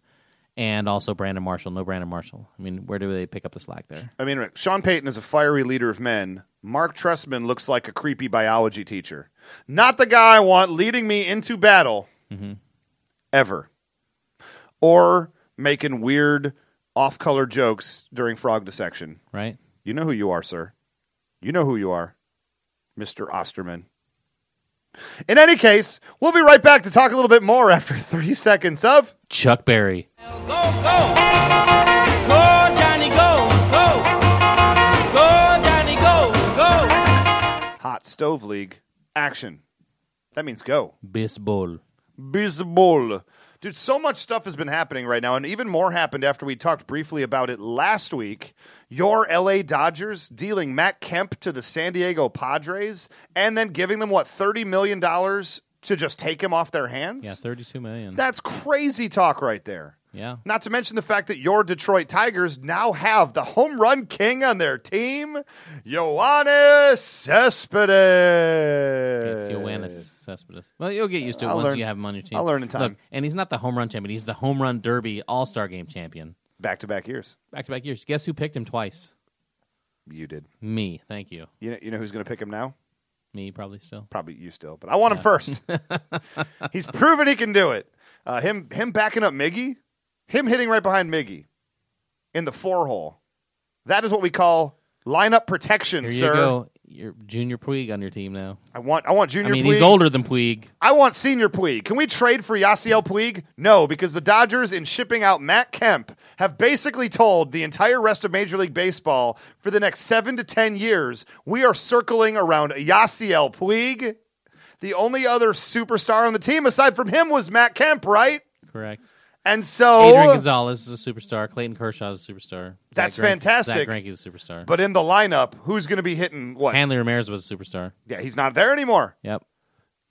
Speaker 1: and also Brandon Marshall. No Brandon Marshall. I mean, where do they pick up the slack there?
Speaker 2: I mean, Sean Payton is a fiery leader of men. Mark Trestman looks like a creepy biology teacher. Not the guy I want leading me into battle ever. Or making weird off color jokes during frog dissection.
Speaker 1: Right?
Speaker 2: You know who you are, sir. You know who you are, Mr. Osterman. In any case, we'll be right back to talk a little bit more after three seconds of.
Speaker 1: Chuck Berry.
Speaker 4: Go, go. Go, Johnny, go, go. Go, Johnny, go, go.
Speaker 2: Hot Stove League action. That means go.
Speaker 1: Baseball.
Speaker 2: Baseball. Dude, so much stuff has been happening right now, and even more happened after we talked briefly about it last week. Your LA Dodgers dealing Matt Kemp to the San Diego Padres and then giving them, what, $30 million to just take him off their hands?
Speaker 1: Yeah, thirty-two million.
Speaker 2: That's crazy talk right there.
Speaker 1: yeah.
Speaker 2: Not to mention the fact that your Detroit Tigers now have the home run king on their team, Ioannis Cespedes.
Speaker 1: It's Ioannis Cespedes. Well, you'll get used to it
Speaker 2: I'll
Speaker 1: once
Speaker 2: learn-
Speaker 1: you have him on your team.
Speaker 2: I'll learn in time.
Speaker 1: Look, and he's not the home run champion. He's the home run derby All Star Game champion.
Speaker 2: Back to back years.
Speaker 1: Back to back years. Guess who picked him twice?
Speaker 2: You did.
Speaker 1: Me. Thank you.
Speaker 2: You know, you know who's going to pick him now?
Speaker 1: Me probably still.
Speaker 2: Probably you still, but I want him first. He's proven he can do it. Uh, him him backing up Miggy, him hitting right behind Miggy in the four hole. That is what we call lineup protection,
Speaker 1: Here
Speaker 2: sir.
Speaker 1: you go. You're Junior Puig on your team now.
Speaker 2: I want I want
Speaker 1: I
Speaker 2: Junior.
Speaker 1: mean,
Speaker 2: Puig.
Speaker 1: he's older than Puig.
Speaker 2: I want senior Puig. Can we trade for Yasiel Puig? No, because the Dodgers, in shipping out Matt Kemp, have basically told the entire rest of Major League Baseball for the next seven to 10 years, we are circling around Yasiel Puig. The only other superstar on the team aside from him was Matt Kemp, right?
Speaker 1: Correct.
Speaker 2: And so.
Speaker 1: Adrian Gonzalez is a superstar. Clayton Kershaw is a superstar.
Speaker 2: uh, That's
Speaker 1: Zach Greinke-
Speaker 2: fantastic.
Speaker 1: Zach Greinke is a superstar.
Speaker 2: But in the lineup, who's going to be hitting what?
Speaker 1: Hanley Ramirez was a superstar.
Speaker 2: yeah, he's not there anymore.
Speaker 1: Yep.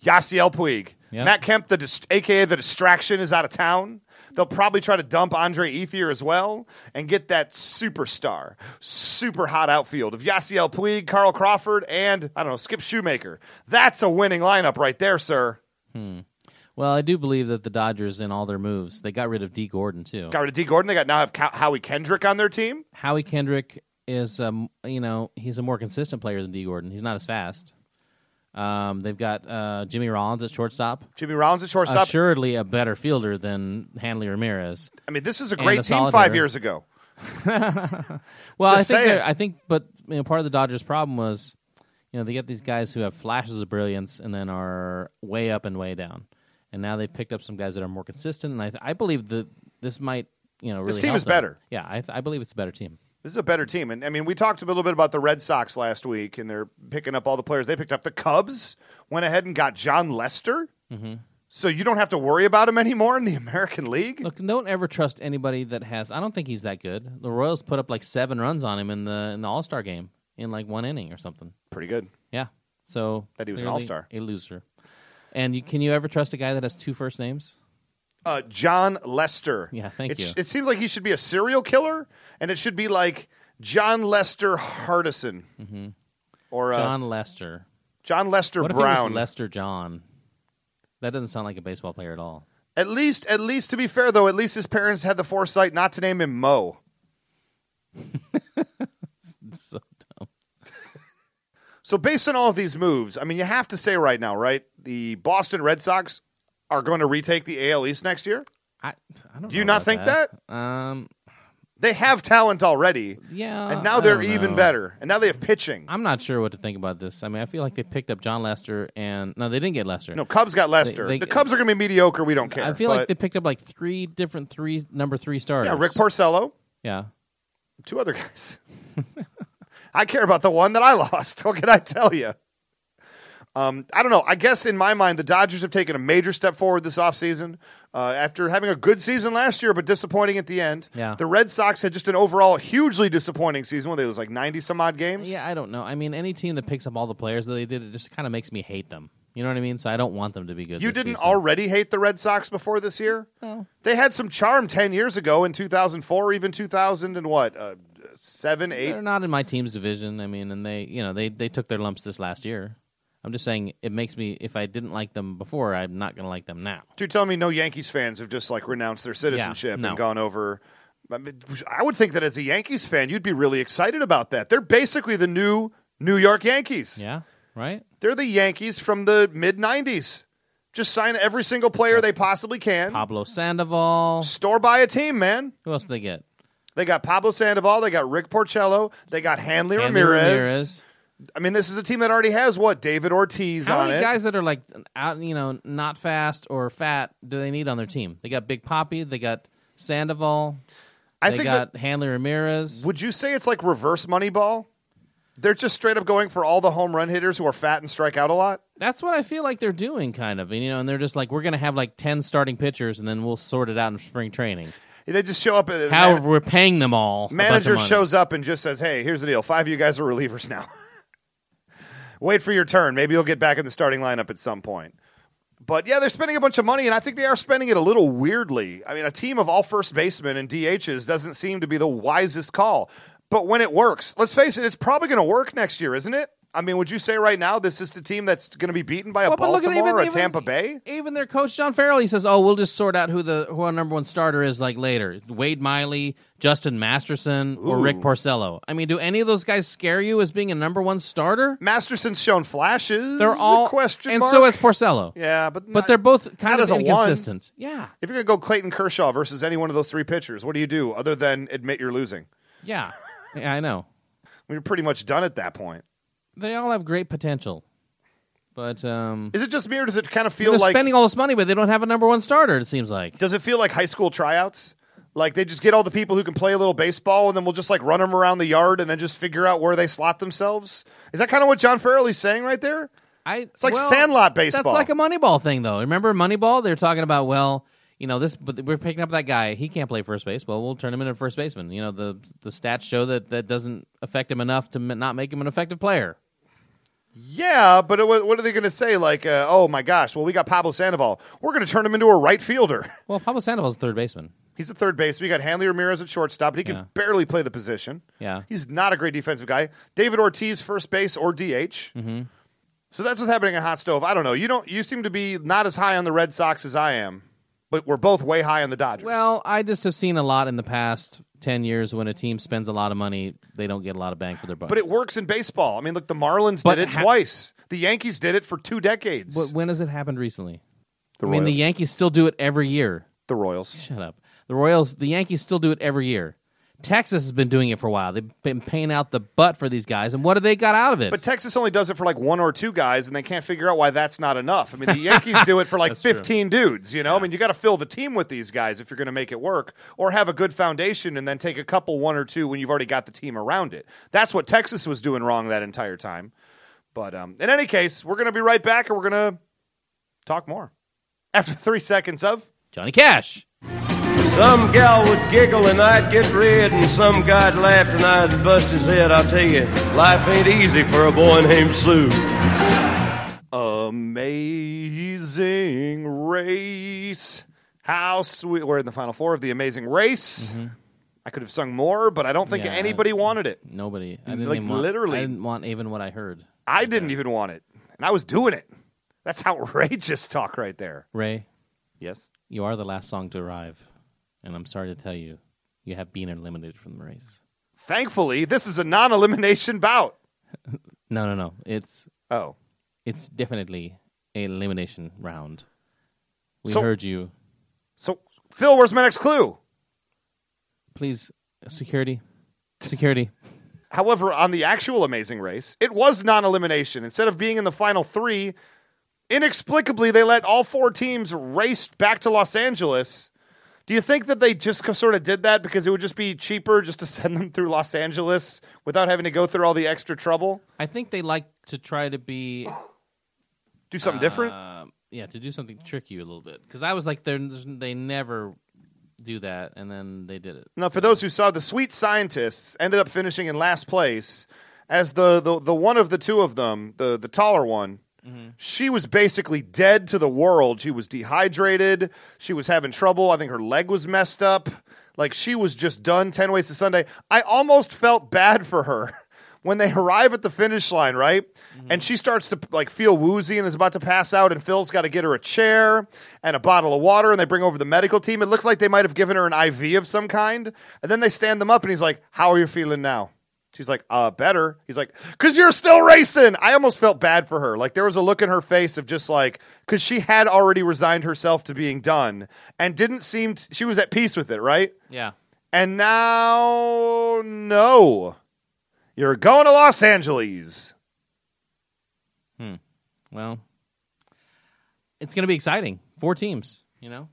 Speaker 2: Yasiel Puig.
Speaker 1: Yeah.
Speaker 2: Matt Kemp, the dis- aka the distraction, is out of town. They'll probably try to dump Andre Ethier as well and get that superstar, super hot outfield of Yasiel Puig, Carl Crawford, and I don't know Skip Shoemaker. That's a winning lineup right there, sir.
Speaker 1: Well, I do believe that the Dodgers, in all their moves, they got rid of D. Gordon too.
Speaker 2: Got rid of D. Gordon. They got now have Cow- Howie Kendrick on their team.
Speaker 1: Howie Kendrick is, um, you know, he's a more consistent player than D. Gordon. He's not as fast. Um, they've got uh, Jimmy Rollins at shortstop.
Speaker 2: Jimmy Rollins
Speaker 1: Uh,
Speaker 2: at shortstop.
Speaker 1: Assuredly, a better fielder than Hanley Ramirez.
Speaker 2: I mean, this is a great
Speaker 1: a
Speaker 2: team
Speaker 1: solid
Speaker 2: five
Speaker 1: hitter.
Speaker 2: years ago.
Speaker 1: Well,
Speaker 2: Just
Speaker 1: I think
Speaker 2: saying.
Speaker 1: they're- I think, but you know, part of the Dodgers' problem was, you know, they get these guys who have flashes of brilliance and then are way up and way down, and now they've picked up some guys that are more consistent. And I, th- I believe that this might, you know, really
Speaker 2: team
Speaker 1: help
Speaker 2: is
Speaker 1: them.
Speaker 2: better.
Speaker 1: Yeah, I, th- I believe it's a better team.
Speaker 2: This is a better team. And I mean, we talked a little bit about the Red Sox last week, and they're picking up all the players. They picked up the Cubs, went ahead and got John Lester.
Speaker 1: Mm-hmm.
Speaker 2: So you don't have to worry about him anymore in the American League.
Speaker 1: Look, don't ever trust anybody that has. I don't think he's that good. The Royals put up like seven runs on him in the in the All Star game in like one inning or something.
Speaker 2: Pretty good.
Speaker 1: Yeah, so
Speaker 2: That he was an
Speaker 1: clearly
Speaker 2: all-star.
Speaker 1: a loser. And you, can you ever trust a guy that has two first names?
Speaker 2: Uh, John Lester.
Speaker 1: Yeah, thank
Speaker 2: it,
Speaker 1: you.
Speaker 2: It seems like he should be a serial killer, and it should be like John Lester Hardison or uh, John,
Speaker 1: Mm-hmm. John Lester.
Speaker 2: Lester
Speaker 1: What if it
Speaker 2: Brown.
Speaker 1: was Lester John? That doesn't sound like a baseball player at all.
Speaker 2: at least, at least to be fair though, at least his parents had the foresight not to name him Mo.
Speaker 1: It's so dumb.
Speaker 2: So based on all of these moves, I mean, you have to say right now, right? The Boston Red Sox are going to retake the AL East next year.
Speaker 1: I, I don't
Speaker 2: Do you
Speaker 1: know
Speaker 2: not
Speaker 1: about
Speaker 2: think
Speaker 1: Um,
Speaker 2: They have talent already,
Speaker 1: yeah.
Speaker 2: and
Speaker 1: Uh, I
Speaker 2: now they're
Speaker 1: don't
Speaker 2: even
Speaker 1: know.
Speaker 2: better. And now they have pitching.
Speaker 1: I'm not sure what to think about this. I mean, I feel like they picked up John Lester, and no, they didn't get Lester.
Speaker 2: No, Cubs got Lester.
Speaker 1: they-
Speaker 2: the Cubs are going to be mediocre. We don't care.
Speaker 1: I feel like
Speaker 2: But-
Speaker 1: they picked up like three different three number three starters.
Speaker 2: yeah, Rick Porcello,
Speaker 1: Yeah.
Speaker 2: two other guys. I care about the one that I lost. What can I tell you? Um, I don't know. I guess in my mind, the Dodgers have taken a major step forward this offseason. Uh, after having a good season last year, but disappointing at the end.
Speaker 1: Yeah.
Speaker 2: The Red Sox had just an overall hugely disappointing season where they was like 90 some odd games.
Speaker 1: Yeah, I don't know. I mean, any team that picks up all the players that they did, it just kind of makes me hate them. You know what I mean? So I don't want them to be good.
Speaker 2: You
Speaker 1: this
Speaker 2: didn't
Speaker 1: season.
Speaker 2: already hate the Red Sox before this year?
Speaker 1: No.
Speaker 2: They had some charm 10 years ago in 2004, even 2000 and what? Uh, 7, 8,
Speaker 1: They're not in my team's division. I mean, and they, you know, they they took their lumps this last year. I'm just saying it makes me. If I didn't like them before, I'm not going to like them now.
Speaker 2: Dude, tell me no Yankees fans have just like renounced their citizenship
Speaker 1: no.
Speaker 2: and gone over. I, mean, I would think that as a Yankees fan, you'd be really excited about that. They're basically the new New York Yankees.
Speaker 1: Yeah. Right.
Speaker 2: They're the Yankees from the mid 90s. Just sign every single player they possibly can.
Speaker 1: Pablo Sandoval.
Speaker 2: Store by a team, man.
Speaker 1: Who else did they get?
Speaker 2: They got Pablo Sandoval. They got Rick Porcello. They got Hanley,
Speaker 1: Andy
Speaker 2: I mean, this is a team that already has what? David Ortiz
Speaker 1: How
Speaker 2: on
Speaker 1: many
Speaker 2: it.
Speaker 1: guys that are like out, you know, not fast or fat do they need on their team? They got Big Poppy. They got Sandoval.
Speaker 2: I
Speaker 1: they
Speaker 2: think that-
Speaker 1: got Hanley Ramirez.
Speaker 2: Would you say it's like reverse Moneyball? They're just straight up going for all the home run hitters who are fat and strike out a lot.
Speaker 1: That's what I feel like they're doing, kind of. And, you know, and they're just like, we're going to have like 10 starting pitchers and then we'll sort it out in spring training.
Speaker 2: They just show up. uh,
Speaker 1: However,
Speaker 2: man-
Speaker 1: we're paying them all. a bunch of
Speaker 2: manager
Speaker 1: money.
Speaker 2: shows up and just says, "Hey, here's the deal. Five of you guys are relievers now. Wait for your turn. Maybe you'll get back in the starting lineup at some point." But yeah, they're spending a bunch of money, and I think they are spending it a little weirdly. I mean, a team of all first basemen and DHs doesn't seem to be the wisest call. But when it works, let's face it, it's probably going to work next year, isn't it? I mean, would you say right now this is the team that's going to be beaten by a
Speaker 1: Well, but look at
Speaker 2: Baltimore
Speaker 1: even-
Speaker 2: or a
Speaker 1: even-
Speaker 2: Tampa Bay?
Speaker 1: Even their coach, John Farrell, he says, oh, we'll just sort out who the who our number one starter is like later. Wade Miley, Justin Masterson, or Rick Porcello. I mean, do any of those guys scare you as being a number one starter?
Speaker 2: Masterson's shown flashes.
Speaker 1: They're all
Speaker 2: question
Speaker 1: and
Speaker 2: mark.
Speaker 1: so is Porcello.
Speaker 2: yeah, but
Speaker 1: But they're both kind
Speaker 2: not
Speaker 1: of
Speaker 2: as a one.
Speaker 1: inconsistent. Yeah,
Speaker 2: If you're going to go Clayton Kershaw versus any one of those three pitchers, what do you do other than admit you're losing?
Speaker 1: yeah, yeah. I know.
Speaker 2: We're pretty much done at that point.
Speaker 1: They all have great potential, but um,
Speaker 2: Is it just me or does it kind of
Speaker 1: they're
Speaker 2: feel like
Speaker 1: spending all this money, but they don't have a number one starter. It seems like.
Speaker 2: does it feel like high school tryouts? Like they just get all the people who can play a little baseball and then we'll just like run them around the yard and then just figure out where they slot themselves? Is that kind of what John Farrelly's saying right there?
Speaker 1: I,
Speaker 2: It's like Sandlot baseball.
Speaker 1: That's like a Moneyball thing, though. Remember Moneyball? They're talking about well, you know this, but we're picking up that guy. He can't play first base. Well, we'll turn him into a first baseman. You know the the stats show that that doesn't affect him enough to m- not make him an effective player.
Speaker 2: Yeah, but it, what what are they going to say? Like, uh, oh my gosh, well, we got Pablo Sandoval. We're going to turn him into a right fielder.
Speaker 1: Well, Pablo Sandoval's a third baseman.
Speaker 2: He's a third baseman. You got Hanley Ramirez at shortstop, but he can
Speaker 1: Yeah.
Speaker 2: barely play the position.
Speaker 1: Yeah.
Speaker 2: He's not a great defensive guy. David Ortiz, first base or DH. Mm-hmm. So that's what's happening at Hot Stove. I don't know. You don't. You seem to be not as high on the Red Sox as I am, but we're both way high on the Dodgers.
Speaker 1: Well, I just have seen a lot in the past ten years when a team spends a lot of money, they don't get a lot of bang for their buck.
Speaker 2: but it works in baseball. I mean, look, the Marlins
Speaker 1: But
Speaker 2: did it
Speaker 1: ha-
Speaker 2: twice. The Yankees did it for two decades.
Speaker 1: But when has it happened recently?
Speaker 2: the,
Speaker 1: I mean, the
Speaker 2: Royals.
Speaker 1: Yankees still do it every year.
Speaker 2: the Royals.
Speaker 1: Shut up. The Royals, the Yankees still do it every year. Texas has been doing it for a while. They've been paying out the butt for these guys, and what do they got out of it?
Speaker 2: But Texas only does it for like one or two guys, and they can't figure out why that's not enough. I mean, the Yankees do it for like 15 dudes, you know? I mean, you got to fill the team with these guys if you're going to make it work, or have a good foundation and then take a couple, one or two when you've already got the team around it. That's what Texas was doing wrong that entire time. But um, in any case, we're going to be right back and we're going to talk more after three seconds of.
Speaker 1: Johnny Cash.
Speaker 5: Some gal would giggle and I'd get red, and some guy'd laugh and I'd bust his head. I'll tell you, life ain't easy for a boy named Sue.
Speaker 2: Amazing Race. How sweet. We're in the final four of the Amazing Race. I could have sung more, but I don't think
Speaker 1: Yeah,
Speaker 2: anybody wanted it.
Speaker 1: Nobody. I didn't
Speaker 2: Like,
Speaker 1: even want,
Speaker 2: literally.
Speaker 1: I didn't want even what I heard.
Speaker 2: I didn't even want it. And I was doing it. That's outrageous talk right there.
Speaker 1: Ray,
Speaker 2: Yes.
Speaker 1: you are the last song to arrive, and I'm sorry to tell you, you have been eliminated from the race.
Speaker 2: Thankfully, this is a non elimination bout.
Speaker 1: No, no, no. It's
Speaker 2: Oh.
Speaker 1: it's definitely a elimination round. We
Speaker 2: So-
Speaker 1: heard you.
Speaker 2: So, Phil, where's my next clue?
Speaker 1: Please, security, security.
Speaker 2: However, on the actual Amazing Race, it was non elimination. Instead of being in the final three, inexplicably, they let all four teams race back to Los Angeles. Do you think that they just co- sort of did that because it would just be cheaper just to send them through Los Angeles without having to go through all the extra trouble?
Speaker 1: I think they like to try to be
Speaker 2: Do something different?
Speaker 1: um, yeah, to do something tricky a little bit. Because I was like, they're- they never do that, and then they did it.
Speaker 2: Now, for those who saw, the sweet scientists ended up finishing in last place as the, the, the one of the two of them, the, the taller one, she was basically dead to the world. She was dehydrated. She was having trouble. I think her leg was messed up. Like she was just done 10 ways to Sunday. I almost felt bad for her. When they arrive at the finish line, right? And she starts to like feel woozy and is about to pass out and Phil's got to get her a chair and a bottle of water and they bring over the medical team. It looked like they might have given her an IV of some kind. And then they stand them up and he's like, "How are you feeling now?" She's like, uh, better. He's like, because you're still racing. I almost felt bad for her. Like, there was a look in her face of just like, because she had already resigned herself to being done and didn't seem, t- she was at peace with it, right?
Speaker 1: Yeah.
Speaker 2: And now, no. You're going to Los Angeles.
Speaker 1: Well, it's going to be exciting. Four teams, you know.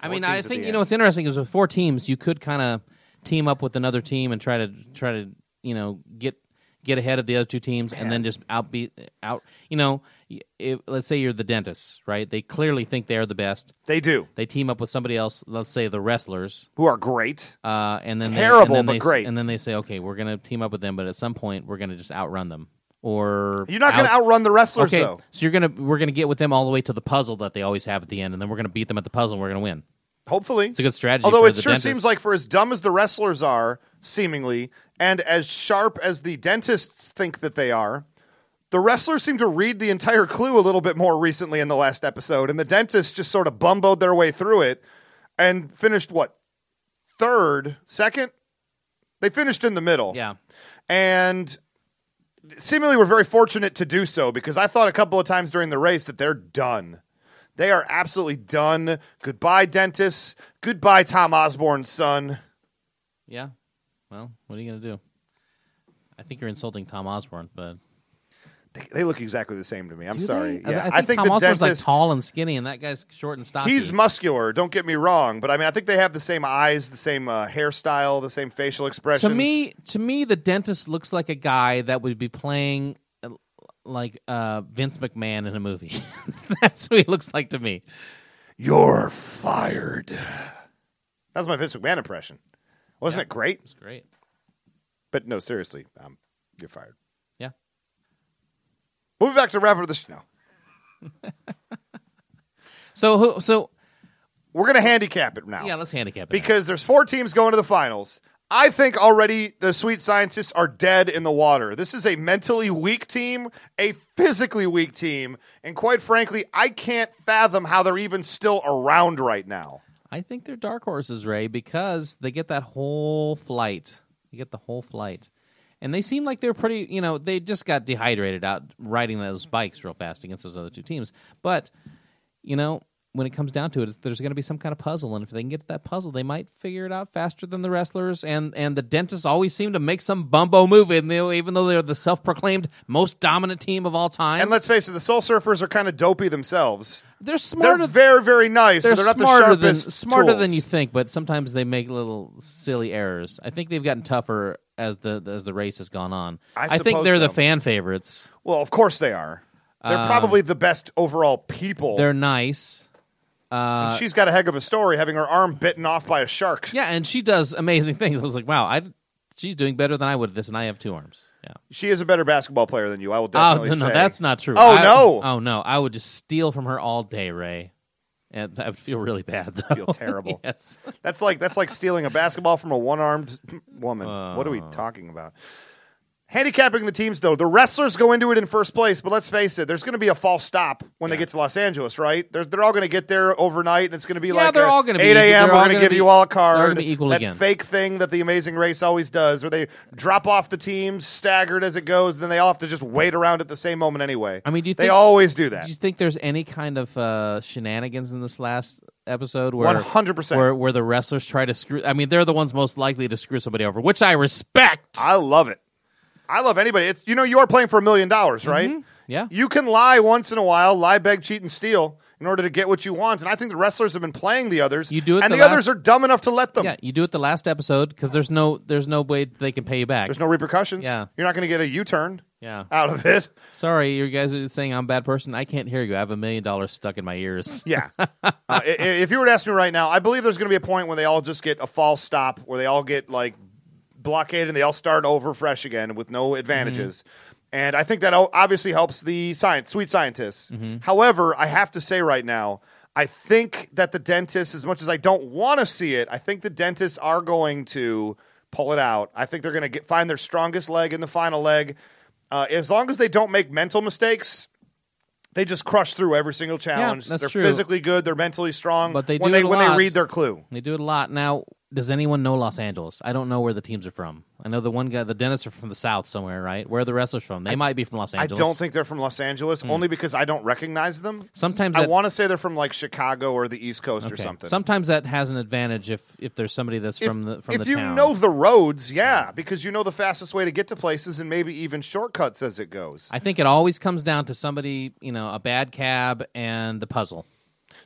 Speaker 1: I
Speaker 2: Four
Speaker 1: mean,
Speaker 2: teams
Speaker 1: I
Speaker 2: at
Speaker 1: think
Speaker 2: the
Speaker 1: you know
Speaker 2: end.
Speaker 1: what's interesting is with four teams, you could kind of team up with another team and try to try to you know get get ahead of the other two teams and then just outbeat out. You know, y- if, let's say you're the dentist, right? They clearly think they are the best.
Speaker 2: They do,
Speaker 1: They team up with somebody else. Let's say the wrestlers.
Speaker 2: who are great.
Speaker 1: Uh, and then
Speaker 2: Terrible,
Speaker 1: they, and then
Speaker 2: but
Speaker 1: they, s-
Speaker 2: great.
Speaker 1: And then they say, okay, we're going to team up with them, but at some point we're going to just outrun them. Or
Speaker 2: You're not going to outrun the wrestlers,
Speaker 1: Okay,
Speaker 2: though.
Speaker 1: so you're gonna we're gonna get with them all the way to the puzzle that they always have at the end, and then we're gonna beat them at the puzzle. and We're gonna win.
Speaker 2: Hopefully.
Speaker 1: It's a good strategy.
Speaker 2: Although
Speaker 1: for
Speaker 2: it
Speaker 1: the
Speaker 2: sure
Speaker 1: dentist.
Speaker 2: seems like, for as dumb as the wrestlers are, seemingly, and as sharp as the dentists think that they are, the wrestlers seem to read the entire clue a little bit more recently in the last episode, and the dentists just sort of bumboed their way through it and finished what third, second. They finished in the middle
Speaker 1: yeah,
Speaker 2: and seemingly we're very fortunate to do so because I thought a couple of times during the race that they're done. They are absolutely done. Goodbye, dentists. Goodbye, Tom Osborne's son.
Speaker 1: yeah. Well, what are you gonna do? I think you're insulting Tom Osborne, but
Speaker 2: They, they look exactly the same to me. I'm sorry.
Speaker 1: I,
Speaker 2: Yeah,
Speaker 1: I think, Tom
Speaker 2: the
Speaker 1: Osborne's
Speaker 2: dentist-
Speaker 1: like tall and skinny, and that guy's short and stocky.
Speaker 2: He's muscular. Don't get me wrong, but I mean, I think they have the same eyes, the same uh, hairstyle, the same facial
Speaker 1: to
Speaker 2: expressions.
Speaker 1: me. To me, the dentist looks like a guy that would be playing uh, like uh, Vince McMahon in a movie. That's who he looks like to me.
Speaker 2: you're fired. That was my Vince McMahon impression. Wasn't it great?
Speaker 1: It's great.
Speaker 2: But no, seriously, um, you're fired.
Speaker 1: Yeah.
Speaker 2: We'll be back to wrap up the show. No.
Speaker 1: So who? So
Speaker 2: We're going to handicap it now.
Speaker 1: yeah, let's handicap it. now.
Speaker 2: because there's four teams going to the finals. I think already the sweet scientists are dead in the water. This is a mentally weak team, a physically weak team, and quite frankly, I can't fathom how they're even still around right now.
Speaker 1: I think they're dark horses, Ray, because they get that whole flight. You get the whole flight. And they seem like they're pretty, you know, they just got dehydrated out riding those bikes real fast against those other two teams. But, you know, when it comes down to it, it's, there's going to be some kind of puzzle. And if they can get to that puzzle, they might figure it out faster than the wrestlers. And, and the dentists always seem to make some bumbo move, in there, even though they're the self proclaimed most dominant team of all time.
Speaker 2: And let's face it, the Soul Surfers are kind of dopey themselves.
Speaker 1: they're
Speaker 2: They're
Speaker 1: smarter
Speaker 2: very, very nice,
Speaker 1: they're,
Speaker 2: but they're not
Speaker 1: smarter
Speaker 2: the
Speaker 1: than
Speaker 2: sharpest
Speaker 1: smarter than
Speaker 2: tools.
Speaker 1: you think, but sometimes they make little silly errors. I think they've gotten tougher as the as the race has gone on.
Speaker 2: I
Speaker 1: think
Speaker 2: suppose
Speaker 1: they're the
Speaker 2: so.
Speaker 1: fan favorites.
Speaker 2: Well, of course they are. They're probably the best overall people.
Speaker 1: Um, They're nice.
Speaker 2: She's got a heck of a story, having her arm bitten off by a shark.
Speaker 1: Yeah, and she does amazing things. I was like, wow, I she's doing better than I would at this, and I have two arms. Yeah.
Speaker 2: She is a better basketball player than you. I will
Speaker 1: Oh
Speaker 2: definitely
Speaker 1: no,
Speaker 2: say.
Speaker 1: no, that's not true.
Speaker 2: Oh,
Speaker 1: I-
Speaker 2: no.
Speaker 1: Oh no, I would just steal from her all day, Ray. And I would feel really bad. Though.
Speaker 2: Feel terrible.
Speaker 1: yes. Uh.
Speaker 2: That's like that's like stealing a basketball from a one-armed woman. what are we talking about? Handicapping the teams, though, the wrestlers go into it in first place, but let's face it, there's going to be a false stop when they get to Los Angeles, right? They're, they're all going to get there overnight, and it's going to be
Speaker 1: Yeah,
Speaker 2: like
Speaker 1: they're
Speaker 2: a
Speaker 1: all gonna be
Speaker 2: 8
Speaker 1: equal-
Speaker 2: a.m.
Speaker 1: they're
Speaker 2: We're
Speaker 1: all
Speaker 2: going to
Speaker 1: gonna
Speaker 2: give
Speaker 1: be-
Speaker 2: you all a
Speaker 1: they're all
Speaker 2: card.
Speaker 1: gonna be equal
Speaker 2: that
Speaker 1: again.
Speaker 2: fake thing that the Amazing Race always does, where they drop off the teams staggered as it goes, and then they all have to just wait around at the same moment anyway.
Speaker 1: I mean, do you
Speaker 2: they
Speaker 1: think-
Speaker 2: always do that?
Speaker 1: Do you think there's any kind of uh, shenanigans in this last episode where
Speaker 2: 100%.
Speaker 1: where where the wrestlers try to screw? I mean, they're the ones most likely to screw somebody over, which I respect.
Speaker 2: I love it. I love anybody. It's, you know, you are playing for a million dollars, right?
Speaker 1: Mm-hmm. yeah,
Speaker 2: You can lie once in a while, lie, beg, cheat, and steal in order to get what you want. And I think the wrestlers have been playing the others.
Speaker 1: You do it
Speaker 2: and
Speaker 1: the
Speaker 2: the, others
Speaker 1: last-
Speaker 2: are dumb enough to let them.
Speaker 1: yeah. You do it the last episode because there's no there's no way they can pay you back.
Speaker 2: There's no repercussions.
Speaker 1: Yeah.
Speaker 2: You're not going to get a U turn
Speaker 1: yeah.
Speaker 2: out of it.
Speaker 1: Sorry, you guys are saying I'm a bad person. I can't hear you. I have a million dollars stuck in my ears.
Speaker 2: Yeah. uh, i- i- if you were to ask me right now, I believe there's going to be a point where they all just get a false stop, where they all get like blockaded and they all start over fresh again with
Speaker 1: Mm-hmm.
Speaker 2: no advantages. And I think that o- obviously helps the science, sweet scientists.
Speaker 1: Mm-hmm.
Speaker 2: However, I have to say right now, I think that the dentists, as much as I don't want to see it, I think the dentists are going to pull it out. I think they're going to get find their strongest leg in the final leg. Uh, as long as they don't make mental mistakes, they just crush through every single challenge.
Speaker 1: that's
Speaker 2: they're
Speaker 1: true.
Speaker 2: physically good. They're mentally strong.
Speaker 1: But they
Speaker 2: when
Speaker 1: do
Speaker 2: they
Speaker 1: it a
Speaker 2: when they
Speaker 1: lot.
Speaker 2: read their clue.
Speaker 1: They do it a lot now. Does anyone know Los Angeles? I don't know where the teams are from. I know the one guy, the dentists are from the south somewhere, right? Where are the wrestlers from? They might be from Los Angeles. Hmm.
Speaker 2: I don't think they're from Los Angeles, only because I don't recognize them.
Speaker 1: sometimes
Speaker 2: I
Speaker 1: that,
Speaker 2: want to say they're from like Chicago or the East Coast or
Speaker 1: okay.
Speaker 2: something.
Speaker 1: Sometimes that has an advantage if if there's somebody that's
Speaker 2: if,
Speaker 1: from the from
Speaker 2: if
Speaker 1: the
Speaker 2: you
Speaker 1: town.
Speaker 2: know the roads, yeah, because you know the fastest way to get to places and maybe even shortcuts as it goes.
Speaker 1: I think it always comes down to somebody, you know, a bad cab and the puzzle.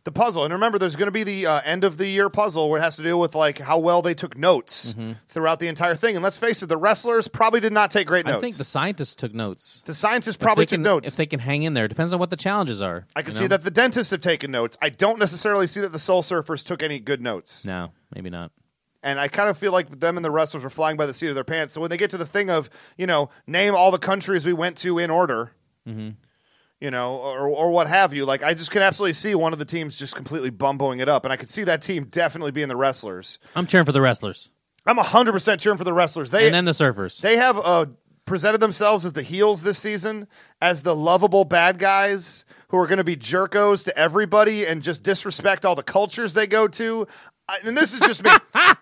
Speaker 2: the puzzle. And remember, there's going to be the uh, end of the year puzzle where it has to do with like how well they took notes
Speaker 1: Mm-hmm.
Speaker 2: throughout the entire thing. And let's face it, the wrestlers probably did not take great notes.
Speaker 1: I think the scientists took notes.
Speaker 2: the scientists
Speaker 1: If
Speaker 2: probably
Speaker 1: they can,
Speaker 2: took notes.
Speaker 1: If they can hang in there, depends on what the challenges are.
Speaker 2: I can
Speaker 1: you
Speaker 2: see
Speaker 1: know?
Speaker 2: that the dentists have taken notes. I don't necessarily see that the Soul Surfers took any good notes.
Speaker 1: No, maybe not.
Speaker 2: And I kind of feel like them and the wrestlers were flying by the seat of their pants. So when they get to the thing of, you know, name all the countries we went to in order, you know, or, or what have you, like I just can absolutely see one of the teams just completely bumboing it up. And I could see that team definitely being the wrestlers.
Speaker 1: I'm cheering for the wrestlers
Speaker 2: I'm 100% cheering for the wrestlers. They,
Speaker 1: and then the surfers.
Speaker 2: they have uh, presented themselves as the heels this season, as the lovable bad guys who are going to be jerkos to everybody and just disrespect all the cultures they go to. I, and this is just me.